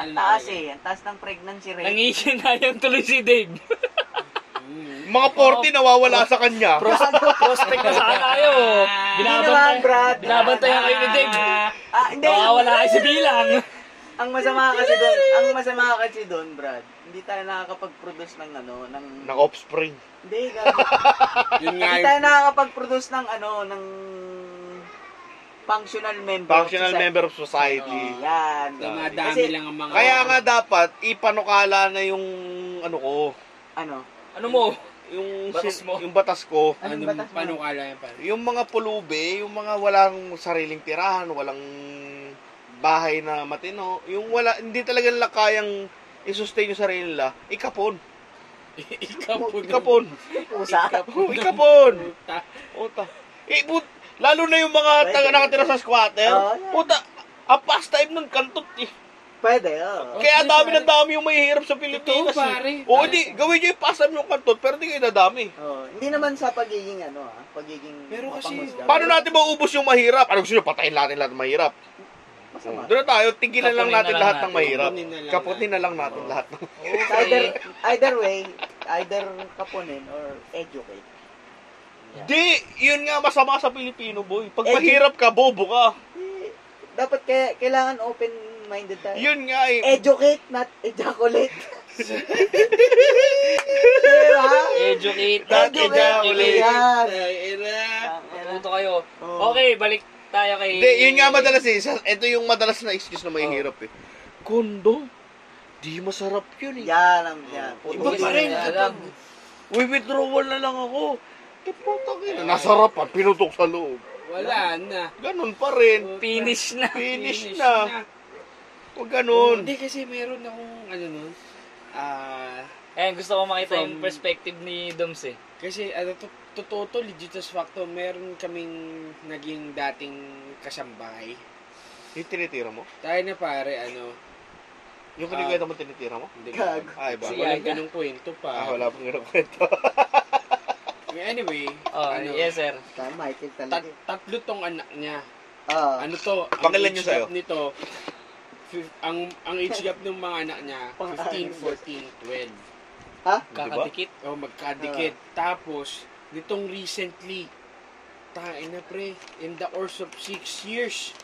D: ano na
C: Taas,
D: kayo?
C: eh. Ang taas ng pregnancy rate.
B: Nangihin na yung tuloy si Dave.
D: Mm.
A: Mga 40 nawawala sa kanya.
B: Prospect na sana kayo.
C: naman,
B: Binabantay,
C: Brad.
B: binabantayan kayo ni Dave.
C: Ah, hindi.
B: Nakawala kayo sa bilang.
C: Ang masama kasi doon, ang masama kasi doon, Brad, hindi tayo nakakapag-produce ng ano, ng...
A: Ng offspring.
C: Hindi, gago.
D: Yun
C: hindi
D: nga yung
C: tayo nakakapag-produce ng ano, ng functional member.
A: Functional
C: Sa- Oh,
A: member of society.
C: Yan.
D: dumadami
C: eh. Kasi-
D: lang ang mga...
A: Kaya nga dapat, ipanukala na yung ano ko,
C: Ano?
B: Ano mo?
A: yung
B: Batas mo.
A: yung batas ko.
D: Ano,
C: Anong batas mo?
D: paano kala yan, pare?
A: Yung mga pulubi, yung mga walang sariling tirahan, walang bahay na matino, yung wala, hindi talaga nila kayang i-sustain yung sarili nila, ikapon.
D: Ikaw po.
A: Ikapon.
C: Pusa.
A: Oo, ikapon.
D: Puta.
A: Puta. Eh, but, lalo na yung mga taga nakatira sa squatter.
C: Oo, yan.
A: Puta, ang pastime nun kantot eh.
C: Pwede, oh.
A: Kaya
D: Okay,
A: dami
D: pare.
A: na dami yung mahihirap sa Pilipinas.
D: Totoo, pare.
A: eh. Oo, di, gawin nyo yung pastime yung kantot, pero di kayo dadami.
C: Oh, hindi naman sa pagiging ano ah, pagiging
D: Pero kasi-
C: mapanghusga.
A: Paano natin maubos yung mahirap? Ano gusto nyo? Patayin natin lahat ng mahirap.
C: Masama.
A: Doon na tayo, tigilan lang
B: Kapunin na
A: natin
B: lang
A: lahat
B: natin.
A: ng mahirap.
D: Kapunin na lang
A: Kapunin na lang natin lahat. ng-
C: Either, either way, either kapunin or educate.
A: Di, yun nga masama sa Pilipino, boy. Pag
C: Eh,
A: mahirap ka, bobo ka.
C: Eh, Dapat kaya, kailangan open-minded tayo.
A: Yun nga eh.
C: Educate, not ejaculate. diba?
B: Educate.
A: Not
B: Educate.
A: ejaculate.
C: Yan.
D: Ay, ira.
B: Matuto kayo.
C: Oo.
B: Okay, balik tayo kay...
A: Di, Oh. yun nga madalas eh. Sa- Ito yung madalas na excuse na mahirap eh. Kondom? Di masarap yun eh.
C: Yan ang yan.
A: Iba
B: Hindi
A: pa rin.
B: nila alam.
A: Uy, withdrawal na lang ako. Eh, puta kayo. Nasarap ah, pinutok sa loob.
D: Wala na.
A: Ganun pa rin.
B: Finish na.
A: Finish na. Huwag ganun.
D: Hindi kasi meron akong ano nun. Ah,
B: Ayan, gusto ko makita yung
D: From-
B: perspective ni Doms eh.
D: kasi ano to, totoo to, legit as facto, meron kaming naging dating kasambahay.
A: Yung tinitira mo?
D: Tayo na pare, ano,
A: Yung kinikwento mo tinitira mo?
D: hindi
C: Gag.
D: ko.
A: Ah, iba.
D: Kasi
B: Si
D: walang
B: Aga.
D: ganung kwento pa.
A: Ah, wala pang ganun kwento.
D: Anyway,
B: Oh,
D: ano,
B: yes sir.
C: Tama, Michael talaga. Ah,
D: tat- tatlo tong anak niya.
C: Oo.
D: Ano to? ang
A: Pakilan niyo
D: age gap
A: sa'yo.
D: Nito, fif- ang ang age gap ng mga anak niya,
C: Pang-
D: 15, 14, 12.
A: Diba?
B: Kakadikit.
D: Oh, magkadikit. Tapos, nitong recently, tain na pre, in the course of 6 years,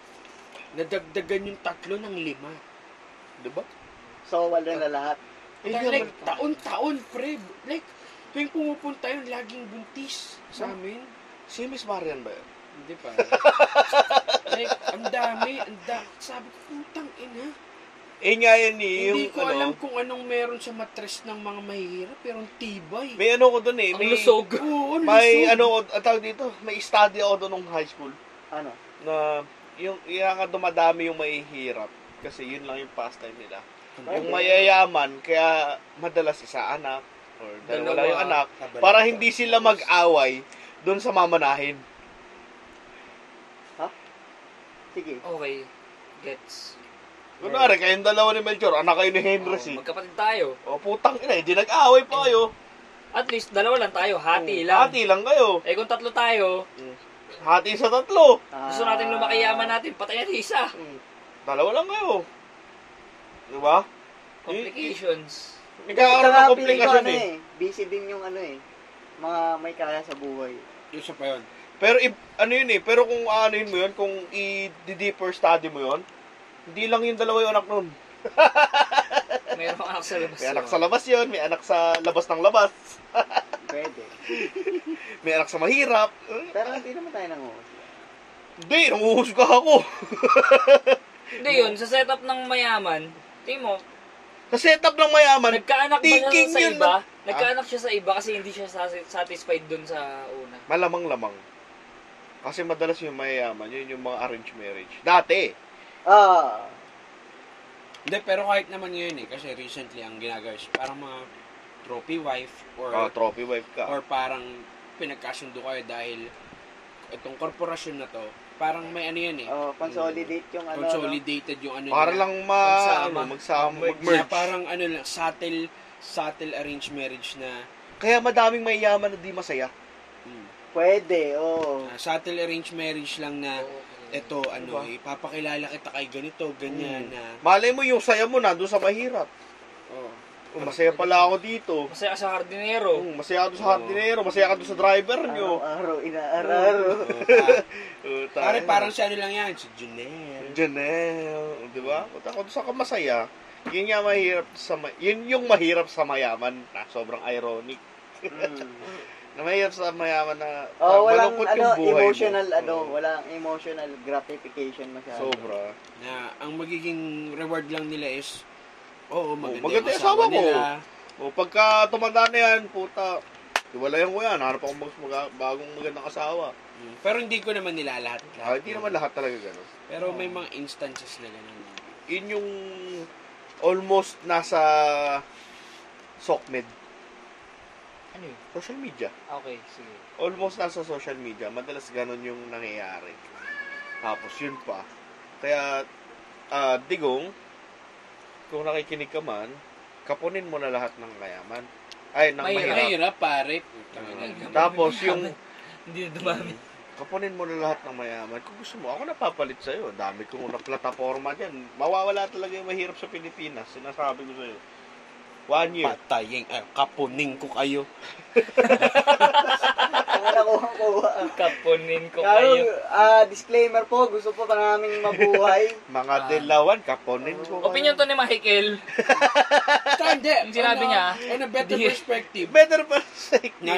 D: nadagdagan yung tatlo ng lima.
A: Diba?
C: So, wala na lahat.
D: like, taon-taon, pre. Like, tuwing pumupunta yun, laging buntis sa amin.
A: Si Miss Marian ba yun?
D: Hindi pa. like, ang dami, ang dami. Sabi ko, putang ina.
A: Eh nga yun eh.
D: Hindi
A: yung
D: ko
A: ano,
D: alam kung anong meron sa matres ng mga mahirap, pero ang tibay.
A: May ano ko doon eh.
B: Ang
A: May,
B: lusog.
D: Oo, ang
A: may
D: lusog.
A: ano ko, ang tawag dito, may study ako doon nung high school
C: Ano?
A: na yung kaya nga dumadami yung mahihirap kasi yun lang yung pastime nila. Yung mayayaman, kaya madalas isa anak or dalawa lang yung anak para hindi sila mag-away doon sa mamanahin.
C: Sige.
B: Okay. Gets.
A: Kunwari, kayong dalawa ni Melchor, anak kayo ni Henry
B: Oh,
A: si.
B: magkapatid tayo.
A: O putang ina, hindi nag-away pa kayo.
B: At least, dalawa lang tayo. Hati
A: Oh,
B: lang.
A: Hati lang kayo.
B: Eh kung tatlo tayo,
A: Hati sa tatlo.
B: gusto natin
A: Ah.
B: lumaki yaman natin, patay natin isa.
A: Mm. Dalawa lang kayo. Di ba?
B: Complications.
A: Nagkakaroon ng
C: Tsaka feeling ko
A: komplikasyon
C: ano
A: eh.
C: Busy din yung ano eh. Mga may kaya sa buhay.
D: Yung siya pa yun.
A: Pero if- ano yun eh, pero kung aanuhin mo yun, kung i-deeper study mo yun, hindi lang yung dalawa yung anak nun.
B: Mayroong anak sa labas.
A: May anak sa labas yun, may anak sa labas ng labas,
C: Pwede.
A: may anak sa mahirap.
C: Pero hindi naman tayo nanguhusga.
A: Hindi, nanguhusga ako.
B: Hindi yun, sa setup ng mayaman, tingin mo,
A: Sa setup ng mayaman,
B: nagkaanak ba siya
A: thinking
B: sa
A: yun
B: iba? Nagkaanak siya sa iba kasi hindi siya sas- satisfied dun sa una.
A: malamang-lamang. Kasi madalas yung mayayaman, yun yung mga arranged marriage. Dati,
C: Ah.
D: Hindi, pero kahit naman yun eh. Kasi recently ang ginagawa is parang mga trophy wife or
A: oh, trophy wife ka.
D: or parang pinagkasundo kayo dahil itong korporasyon na to, parang may ano yan eh.
C: Oh, consolidate yung ano. no?
D: Consolidated yung ano
A: Ah, Para
D: niya.
A: lang ma,
B: Magsama.
A: ano, magsama,
D: Kaya
A: mag-merge.
D: parang ano lang, subtle, subtle arranged marriage na
A: Kaya madaming mayayaman na di masaya.
D: mm,
C: Pwede, oh. oo.
D: ah, subtle arranged marriage lang na eto ano,
A: Diba?
D: ipapakilala kita kay ganito, ganyan na.
A: Malay mo yung saya mo nandun sa mahirap.
D: Oh.
A: Oh, masaya pala ako dito.
B: Masaya ka sa hardinero.
A: Oh, masaya ka doon sa hardinero, masaya ka doon sa driver nyo.
C: Araw-araw, inaararo.
D: Oh, ah,
A: Oh, tayo.
D: pare, parang si ano lang yan, si Janelle.
A: Janelle, di ba? Punta ko doon sa kamasaya. Yun nga mahirap sa ma- yun yung mahirap sa mayaman na sobrang ironic.
C: Mm.
A: Na mahirap sa mayaman na na
C: Oh, walang
A: malungkot
C: ano,
A: buhay mo.
C: emotional ano,
A: Oo.
C: walang emotional gratification masyado.
A: Sobra.
D: Na ang magiging reward lang nila is, oo, maganda,
A: maganda
D: yung
A: yung asawa
D: asawa
A: ko.
D: nila.
A: O Oh, pagka tumanda na yan, puta, iwalayan ko yan. Hanap akong mag- mag- bagong magandang asawa.
D: Mm, Pero hindi ko naman nila lahat.
A: Ah, hindi naman lahat talaga gano'n.
D: Pero may mga instances na ganun.
A: Yun yung almost nasa SOCMED.
B: Ano yun?
A: Social media.
B: Okay, sige.
A: almost nasa social media, madalas ganun yung nangyayari. Tapos yun pa. Kaya, ah, digong, kung nakikinig ka man, kapunin mo na lahat ng kayaman. Ay, ng
B: Mahirap.
A: mahirap. Ah.
D: Mahirap, pare. Putang ina.
A: Tapos yung,
B: Hindi na dumami.
A: Hmm. kapunin mo na lahat ng mayaman. Kung gusto mo, ako napapalit sa'yo. Ang Dami kong na plataforma dyan. Mawawala talaga yung mahirap sa Pilipinas. Sinasabi ko sa'yo. One year.
D: Patayin, ay, kapuning ko kayo.
C: Ang nakuha ko.
B: Kapunin ko
C: Karo,
B: kayo.
C: ah, disclaimer po, gusto po pa namin mabuhay.
A: Mga
B: Ah.
A: dilawan, kapunin ko. kayo.
B: Opinion to ni Michael.
D: Hindi,
B: Yung sinabi
D: on a-
B: niya,
D: On a better
B: hindi.
D: perspective,
A: Better pa sa
D: na,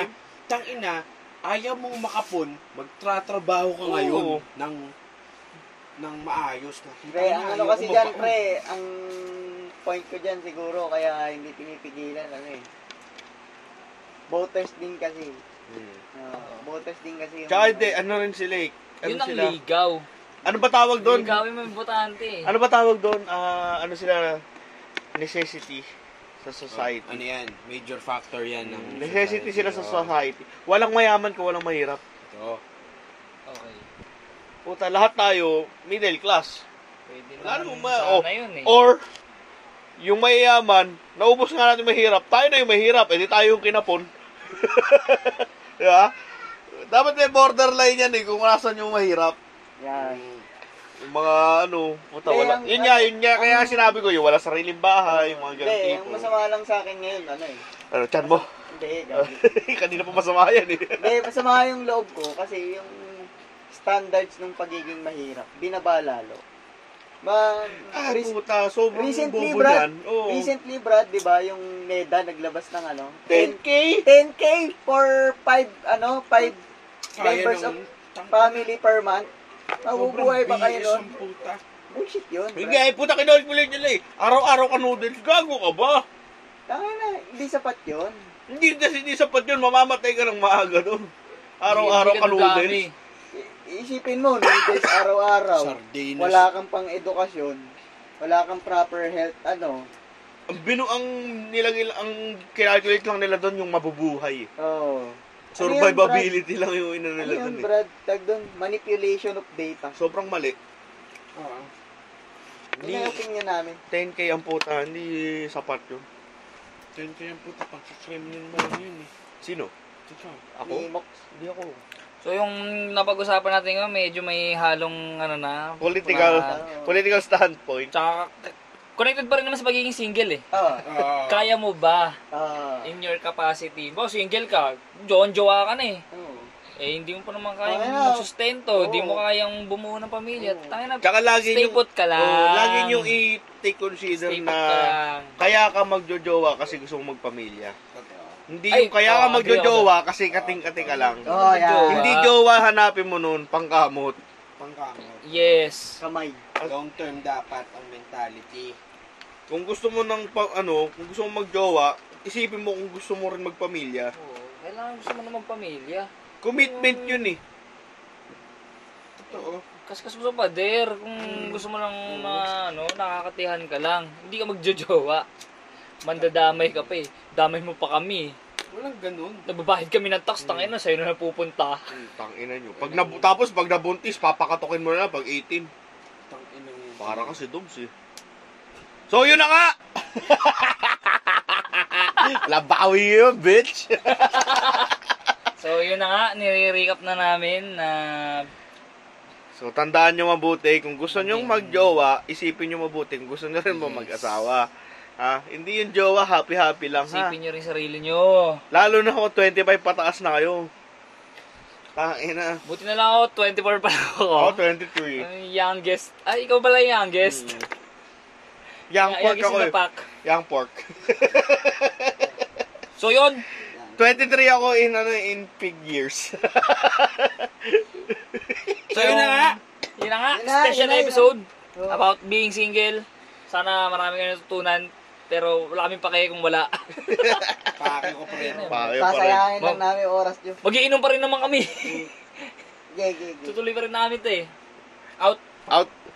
D: tangina, ayaw mong makapon, magtratrabaho ka ngayon
A: Oo.
D: ng ng maayos na.
C: Pre, ang ano
D: Ayaw
C: kasi
D: ko
C: dyan,
D: magbaon.
C: pre, ang point ko dyan siguro, kaya hindi pinipigilan, ano eh. Voters din kasi.
A: Hmm.
C: Ah, voters din kasi. yung-
A: Tsaka hindi, ano rin sila eh. Ano
B: Yun ang
A: sila?
B: ligaw.
A: Ano ba tawag doon?
B: Ligawin mo yung botante. eh.
A: Ano ba tawag doon? Ah, ano sila? Necessity sa society.
D: Ano yan, major factor yan.
B: Ano
D: ng
A: Necessity sila sa
D: Oh.
A: society. Walang mayaman kung walang mahirap.
D: Oo.
B: Okay.
A: Puta, lahat tayo middle class.
B: Pwede
A: Wala
B: naman
A: namang ma-
B: sana
A: oh,
B: yun eh.
A: Or, yung mayayaman, naubos nga natin yung mahirap, tayo na yung mahirap, edi tayo yung kinapon. Di ba? Dapat may borderline yan eh, kung nasan yung mahirap.
C: Yan.
A: Yung mga ano, puta,
C: Kaya
A: wala.
C: ang-
A: Yun nga, yun nga, kaya sinabi ko, yung wala sariling bahay, yung mga ganun
C: Hindi, ang
A: tipo.
C: masama lang sa akin ngayon, ano eh.
A: Ano, tiyan mo?
C: Hindi, gabi.
A: Kanina pa masama yan eh.
C: Hindi, masama yung loob ko kasi yung standards ng pagiging mahirap, binaba lalo. Ma,
A: Ah,
C: rec-
A: puta, sobrang
C: recently,
A: bobo
C: Brad,
A: yan. Oo.
C: recently, Brad, di ba, yung NEDA naglabas ng ano?
A: 10K?
C: 10K for 5, ano, 5
D: Kaya
C: members of
D: ng- tang-
C: family per month.
D: sobrang
C: Mabubuhay ba kayo
D: BS
C: nun?
D: ang puta.
C: Bullshit yun,
A: Hindi,
C: Brad.
A: ay, puta, kinold mo nila eh. Araw-araw ka noodles, gago ka ba?
C: Tanga na, hindi sapat yun.
A: Hindi, kasi hindi sapat yun, mamamatay ka ng maaga doon. Araw-araw
B: Hindi
A: ka
B: dumami.
A: noodles.
C: I- isipin mo, noodles araw-araw,
D: Sardinas.
C: wala kang pang-edukasyon, wala kang proper health, ano,
A: Ang binu ang nilagay ang calculate lang nila doon yung mabubuhay. eh.
C: oh.
A: Survivability lang yung ina
C: Ano
A: nila
C: yun,
A: doon. eh.
C: Brad? Tag doon, manipulation of data.
A: Sobrang mali.
D: Oo.
C: Yun ang opinion namin.
A: 10k ang puta, hindi sapat yun.
D: Yun ko yung puta, pang-kremlin mo lang yun eh.
A: Sino?
D: Tika.
C: Ni
A: Ako?
C: Mox.
A: Hindi ako.
B: So yung napag-usapan natin ngayon, medyo may halong ano na.
A: Political,
B: mga-
A: political standpoint.
B: Tsaka Connected pa rin naman sa pagiging single eh.
C: Oo.
D: Oo.
B: Kaya mo ba
C: Oo.
A: Eh.
B: in your capacity? Bo, single ka, jowa ka na eh.
D: Oo.
B: Eh, hindi mo pa naman kayang
C: Okay na.
B: magsustento, hindi mo
C: Oo.
B: kayang bumuo ng pamilya.
D: Oo.
B: Tangina,
A: Tsaka lagi
B: stay
A: yung-
B: put ka lang.
A: Oo, lagi nyo i-take consider
B: Stay put
A: na
B: ka lang.
A: kaya ka magjojowa kasi gusto mong magpamilya.
D: Totoo.
A: Hindi,
B: Ay, oh.
A: kaya ka
B: oo, agree ako
A: magjojowa kasi kating-kating ka lang.
C: Oo,
B: Jowa.
C: yan.
A: Hindi jowa hanapin mo nun, pangkamot.
D: Pangkamot.
B: Yes.
C: Kamay.
D: Long term dapat ang mentality.
A: Kung gusto mo ng pa, ano, kung gusto mo magjowa, isipin mo kung gusto mo rin magpamilya.
B: Oo, kailangan gusto mo naman pamilya.
A: Commitment yun eh.
D: Totoo.
B: Kaskas mo sa pader, kung
A: Hmm.
B: gusto mo lang ma, ano, nakakatihan ka lang. Hindi ka magjojowa. Mandadamay ka pa eh. Damay mo pa kami.
D: Walang ganun.
B: Nababahid kami ng tax, tangin
A: Hmm.
B: na, sa'yo na napupunta.
A: Tang ina nyo. Pag nabu- tapos pag nabuntis, papakatukin mo na lang pag 18.
D: Tang inang yun.
A: Para kasi dums eh. So yun na nga! Labawi yun, bitch!
B: So yun na nga, nire-recap na namin na
A: So, tandaan nyo mabuti. Kung gusto nyo magjowa, isipin nyo mabuti. Kung gusto nyo rin ba
B: Yes.
A: mag-asawa. Ha? Hindi yung jowa, happy-happy lang, ha?
B: isipin nyo rin sarili nyo.
A: Lalo na kung 25 pataas na kayo. Tangina.
B: Buti na lang ako, 24 pa lang ako.
A: Ako, 23.
B: Ang youngest. Ay, ikaw pala yung youngest.
A: Mm. Young
B: Yung
A: pork
B: youngest
A: ako
B: in
A: eh.
B: the pack.
A: Young pork.
B: So yun,
A: 23 ako in, ano, in pig years.
B: So
D: Yun
B: yun
D: na
B: na
D: nga.
B: Yun na nga,
C: Yun na,
B: special
C: yun na, yun na.
B: episode
C: Oo.
B: about being single. Sana marami kayo natutunan. Pero wala kaming pake kung wala.
D: Pake ko pa rin.
A: Payo pa rin.
C: Sasayahin lang
B: Ma'am.
C: namin oras nyo.
B: Magiinom pa rin naman kami.
C: Gay, gay, gay.
B: Tutuloy pa rin namin ito eh. Out.
A: Out.